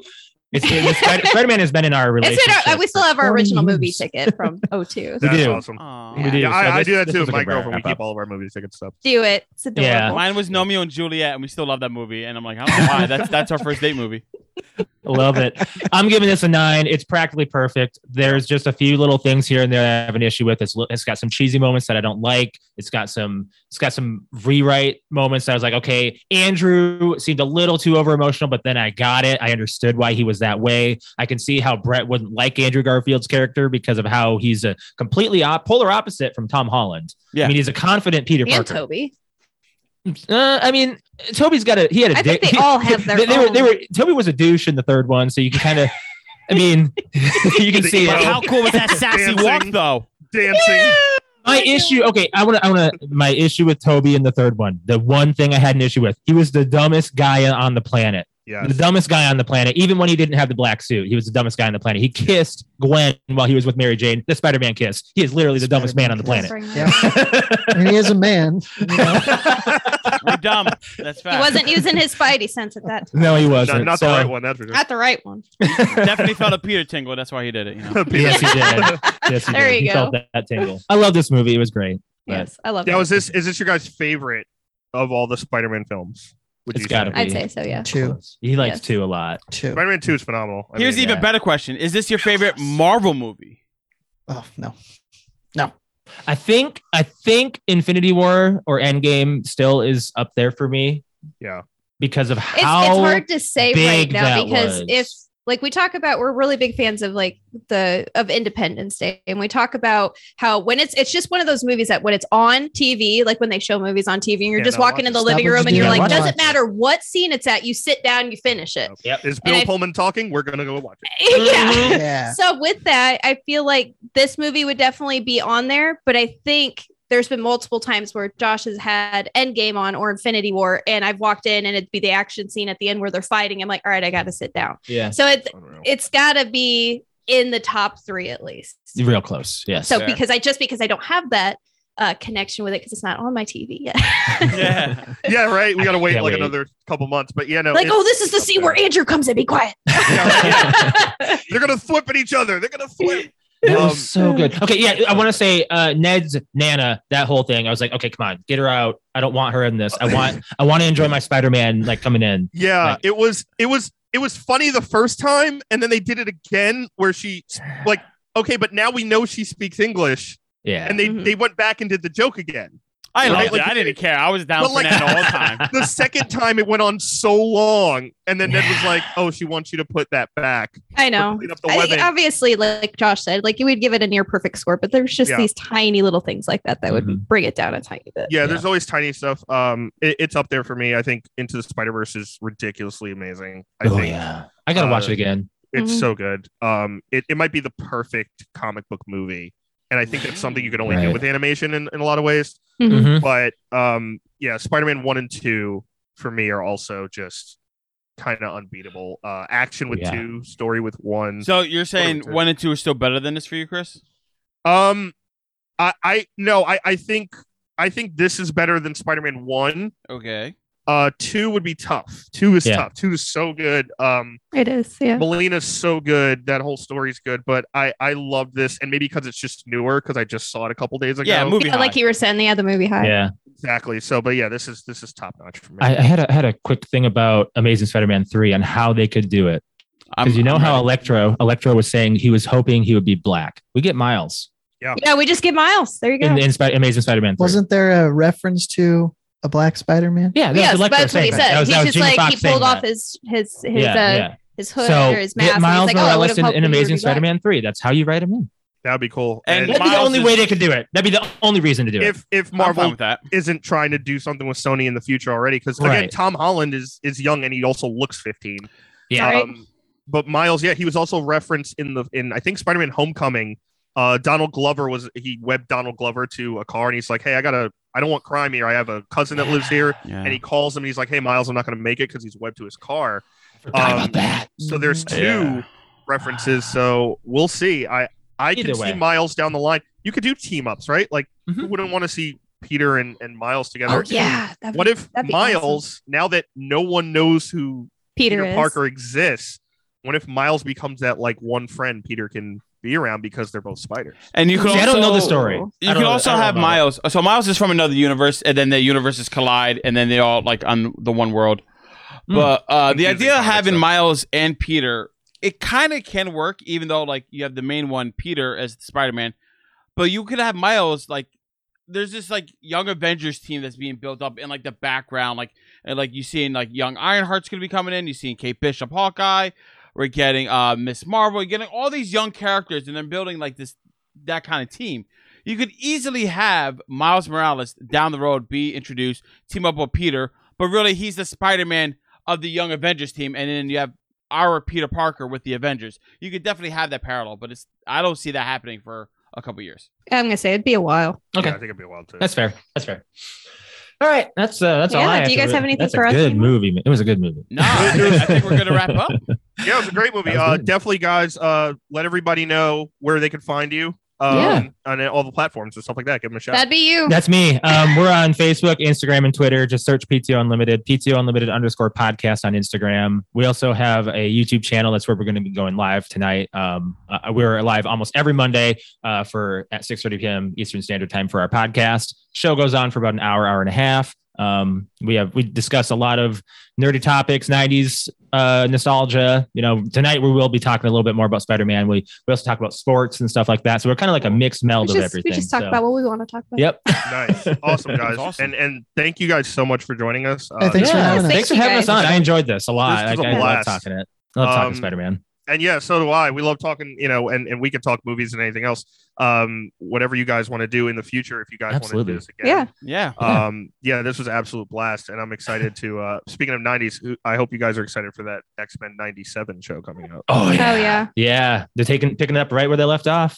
F: it's, it's Spider- Spider-Man has been in our
C: It's
F: relationship.
C: in our, we still have our
F: 40
C: original
F: years.
C: movie ticket from 02.
F: We
D: That's
F: do.
D: awesome.
E: Aw.
C: We Yeah.
D: Yeah,
F: So
D: I, I
F: this-
D: do that
F: this
D: too.
F: is a
D: My
F: good
D: girlfriend, we
F: wrap-up.
D: keep all of our movie ticket stuff.
C: Do it. It's adorable.
E: Mine was Romeo and Juliet, and we still love that movie. And I'm like, I don't know why. That's that's our first date movie.
F: Love it. I'm giving this a nine. It's practically perfect. There's just a few little things here and there that I have an issue with. It's it's got some cheesy moments that I don't like. It's got some it's got some rewrite moments that I was like, okay, Andrew seemed a little too over emotional, but then I got it. I understood why he was that way. I can see how Brett wouldn't like Andrew Garfield's character because of how he's a completely op- polar opposite from Tom Holland.
E: Yeah.
F: I mean, he's a confident Peter
C: and
F: Parker.
C: Toby.
F: Uh, I mean, Toby's got a he had a
C: I think
F: dick-
C: they all have their
F: they, they were they
C: own.
F: were Toby was a douche in the third one, so you can kind of. I mean, you can see
E: But
F: it.
E: how cool was that sassy
D: Dancing.
E: walk though?
D: Dancing.
F: My issue, okay, I want to, I want to, my issue with Toby in the third one, the one thing I had an issue with, he was the dumbest guy on the planet,
D: Yeah.
F: the dumbest guy on the planet. Even when he didn't have the black suit, he was the dumbest guy on the planet. He kissed Gwen while he was with Mary Jane, the Spider-Man kiss. He is literally the dumbest man on the planet.
C: Bring that.
G: Yeah. and he is a man. you know?
E: We're dumb. That's fact.
C: He wasn't using his Spidey sense at that time.
F: No, he
D: Not,
F: wasn't.
D: not the
F: So-
D: right one, that's for sure.
C: Not the right one.
E: Definitely felt a Peter tingle. That's why he did it. You know.
F: Yes, he did. Yes, he
C: There
F: did.
C: you
F: he
C: go.
F: Felt that, that tingle. I love this movie. It was great. But-
C: Yes, I love
D: Now,
C: that.
D: is this is this your guys' favorite of all the Spider-Man films? Would
F: It's
D: you
F: gotta
D: say?
F: be.
C: I'd say so. Yeah.
G: Two,
F: He likes
C: Yes.
F: two a lot.
G: two.
D: Spider-Man Two is phenomenal. I
E: Here's
D: mean,
E: even
F: yeah.
E: better question: Is this your favorite Marvel movie?
G: Oh no.
F: I think I think Infinity War or Endgame still is up there for me
D: yeah.
F: because of
C: It's, it's
F: how
C: hard to say right
F: big
C: now
F: that
C: because
F: was.
C: if like we talk about we're really big fans of like the of Independence Day and we talk about how when it's it's just one of those movies that when it's on TV like when they show movies on TV and you're
D: Yeah,
C: just
D: no, watch
C: walking in
D: it.
C: the
G: Stop
C: living
G: what
C: room
G: you
C: and
F: do.
C: you're like
F: Watch
G: it.
C: doesn't matter what scene it's at you sit down you finish it
D: Is Bill
C: And I-
D: Pullman talking? We're gonna go watch it.
F: Mm-hmm.
C: yeah
G: Yeah.
C: So with that, I feel like this movie would definitely be on there, but I think there's been multiple times where Josh has had Endgame on or Infinity War, and I've walked in and it'd be the action scene at the end where they're fighting. I'm like, all right, I got to sit down.
F: yeah,
C: So it's
D: I don't know.
C: it's got to be in the top three at least.
F: real close. Yes.
C: So
E: fair.
C: because I just because I don't have that uh, connection with it because it's not on my TV yet.
E: Yeah.
D: Yeah, right. We gotta wait
F: Can't
D: like
F: wait.
D: another couple months, but yeah, no.
C: like,
D: it's-
C: oh, this is the
D: it's up
C: scene where
D: there.
C: Andrew comes in. Be quiet.
D: they're gonna flip at each other. They're gonna flip.
F: That
D: Um,
F: was so good. Okay, yeah, I want to say uh, Ned's Nana, that whole thing. I was like, okay, come on, get her out. I don't want her in this. I want, I want to enjoy my Spider-Man like coming in.
D: Yeah,
F: Like-
D: it was it was it was funny the first time, and then they did it again where she like okay, but now we know she speaks English,
F: Yeah,
D: and they
E: Mm-hmm.
C: Mhm.
D: they went back and did the joke again.
E: I
D: Right,
E: loved
D: like-
E: it. I didn't care. I was down
D: But
E: for
D: like-
E: that all the time.
D: The second time it went on so long, and then Ned was like, "Oh, she wants you to put that back."
C: I know.
D: Clean up the
C: I think
E: um,
D: webbing.
C: obviously, like Josh said, like you would give it a near perfect score, but there's just
D: Yeah.
C: these tiny little things like that that would
F: Mhm.
C: bring it down a tiny bit.
D: Yeah, there's always tiny stuff. Um, it- it's up there for me. I think Into the Spider Verse is ridiculously amazing. I
F: oh
D: think
F: yeah, I gotta watch
D: uh,
F: it again.
D: it's
C: Mhm.
D: so good. Um, it, it might be the perfect comic book movie, and I think that's something you can only do
F: Right.
D: with animation in, in a lot of ways.
C: Mhm.
F: Mhm.
D: but um yeah spider-man 1 and 2 for me are also just kind of unbeatable. Uh, action with
F: Yeah.
D: two, story with one.
E: So you're saying
D: Perfect.
E: one and two are still better than this for you, Chris?
D: um, I, I no, I, I think I think this is better than Spider-Man One.
E: Okay.
D: Uh, two would be tough. Two is
F: Yeah.
D: tough. Two is so good. Um,
C: It is, yeah.
D: Melina's so good. That whole story's good. But I I love this, and maybe because it's just newer, because I just saw it a couple days ago.
E: Yeah, movie
C: yeah like
E: high.
C: you were saying, yeah, the movie high.
F: yeah.
D: exactly. So, but yeah, this is this is top notch for me.
F: I, I had a I had a quick thing about Amazing Spider-Man three and how they could do it
E: I'm-
F: because you know
E: I'm
F: how
E: ready.
F: Electro Electro was saying he was hoping he would be black. We get Miles
C: Yeah, we just get Miles. There you go.
F: in, in Spi- Amazing Spider-Man. 3.
G: Wasn't there a reference to a black Spider-Man?
F: yeah, that
C: yes,
F: was Electro
C: that's what he
F: saying that.
C: said.
F: That was-
C: He's
F: that was
C: just
F: Jamie
C: like
F: Foxx
C: he pulled
F: saying
C: off
F: that.
C: his his his
F: yeah,
C: uh
F: yeah.
C: his hood
F: So
C: or his mask.
F: get
C: and
F: Miles
C: he's like, oh, I would
F: Morales
C: have
F: in,
C: hoped
F: in
C: you would
F: Amazing
C: be black.
F: Spider-Man three. That's how you write him in.
D: That'd be cool.
E: And
F: That'd be the
E: Miles
F: only
E: is-
F: way they could do it. That'd be the only reason to do it.
D: if if
E: I'm fine
D: Marvel
E: with that.
D: isn't trying to do something with Sony in the future already, because again,
F: Right.
D: Tom Holland is is young and he also looks fifteen.
F: Yeah.
C: Right.
D: Um, but Miles, yeah, he was also referenced in the in I think Spider Man Homecoming. Uh, Donald Glover was he webbed Donald Glover to a car and he's like, hey, I gotta, I don't want crime here. I have a cousin that lives here,
E: Yeah.
D: and he calls him and he's like, hey, Miles, I'm not gonna make it because he's webbed to his car.
F: Forgot
D: um,
F: about that.
D: So there's two
E: Yeah.
D: references. So we'll see. I I
F: Either
D: can see
F: way.
D: Miles down the line. You could do team ups, right? Like who
F: Mhm.
D: wouldn't want to see Peter and, and Miles together?
C: Oh yeah. that'd
D: What
C: be-
D: if
C: that'd be
D: Miles,
C: awesome.
D: now that no one knows who
C: Peter,
D: Peter,
C: is.
D: Parker exists, what if Miles becomes that like one friend Peter can be around because they're both spiders?
E: And you could
F: See, I don't know the
E: also-
F: story. I
E: You
F: don't
E: can
F: know-
E: also
F: I don't
E: have
F: know about
E: Miles. So Miles is from another universe, and then their universes collide, and then they all like on the one world.
F: Hmm.
E: But uh, the
D: Confusing
E: idea of
D: comics,
E: having
D: though.
E: Miles and Peter, it kind of can work, even though like you have the main one, Peter, as Spider Man. But you could have Miles like there's this like young Avengers team that's being built up in like the background, like and like you seeing like young Ironheart's gonna be coming in, you seeing Kate Bishop, Hawkeye, we're getting uh Miss Marvel, we're getting all these young characters, and then building like this that kind of team. You could easily have Miles Morales down the road be introduced, team up with Peter, but really he's the Spider-Man of the Young Avengers team, and then you have our Peter Parker with the Avengers. You could definitely have that parallel, but it's I don't see that happening for a couple years.
C: I'm gonna say it'd be a while.
F: Okay.
D: Yeah, I think it'd be a while too.
F: That's fair. That's fair. All right. That's uh, that's all.
C: Yeah,
F: I
C: do you
F: to
C: guys
F: re-
C: have anything
F: that's
C: for
F: a
C: us,
F: Good
C: Nemo?
F: movie. man. It was a good movie.
E: No, I think, I think we're gonna wrap up.
D: yeah, it was a great movie.
F: That was
D: Uh,
F: good.
D: definitely, guys, uh, let everybody know where they can find you. Um,
F: Yeah.
D: on all the platforms and stuff like that. Give them a shout.
C: That'd be you.
F: That's me. Um, we're on Facebook, Instagram, and Twitter. Just search PTO Unlimited, PTO Unlimited underscore podcast on Instagram. We also have a YouTube channel. That's where we're going to be going live tonight. Um, uh, we're live almost every Monday uh, for at 6.30 p.m. Eastern Standard Time for our podcast. Show goes on for about an hour, hour and a half. Um, we have we discuss a lot of nerdy topics, 90s uh, nostalgia. You know, tonight we will be talking a little bit more about Spider-Man. We, we also talk about sports and stuff like that. So we're kind of like a mixed
C: we
F: meld of
C: just,
F: everything.
C: we just talk
F: So-
C: about what we want to talk about.
F: Yep.
D: nice, awesome, guys,
E: awesome.
D: and and thank you guys so much for joining us. Uh,
G: thanks for having us.
F: Thanks for
C: Thank you,
F: having us
C: guys.
F: on. I enjoyed this a lot.
D: This was
F: Like,
D: a
F: I love
D: blast.
F: talking it. I love talking
D: Um,
F: Spider Man.
D: and yeah, so do I. We love talking, you know, and, and we can talk movies and anything else. Um, whatever you guys want to do in the future, if you guys want to do
F: Absolutely.
D: this again.
C: Yeah.
E: Yeah.
D: Um, yeah, this was an absolute blast, and I'm excited to. Uh, speaking of '90s, who- I hope you guys are excited for that X Men '97 show coming up.
F: Oh
C: yeah. yeah.
F: Yeah. They're taking picking up right where they left off.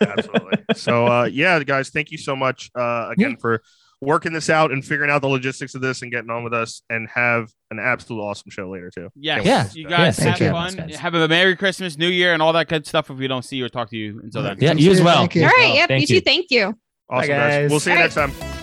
D: Absolutely. so, uh, yeah, guys, thank you so much uh, again for working this out and figuring out the logistics of this and getting on with us, and have an absolute awesome show later too.
E: Yes.
F: Yeah.
E: You guys
F: Yeah,
E: have
F: thank you.
E: fun.
F: Thanks, guys.
E: Have a Merry Christmas, New Year, and all that good stuff if we don't see you or talk to you until then.
F: Yeah, you as well.
G: Thank you.
C: All right.
F: Oh,
C: yep.
F: thank
C: You
F: you.
C: too. Thank you.
D: Awesome, guys.
G: guys.
D: We'll see you
C: All
D: next time.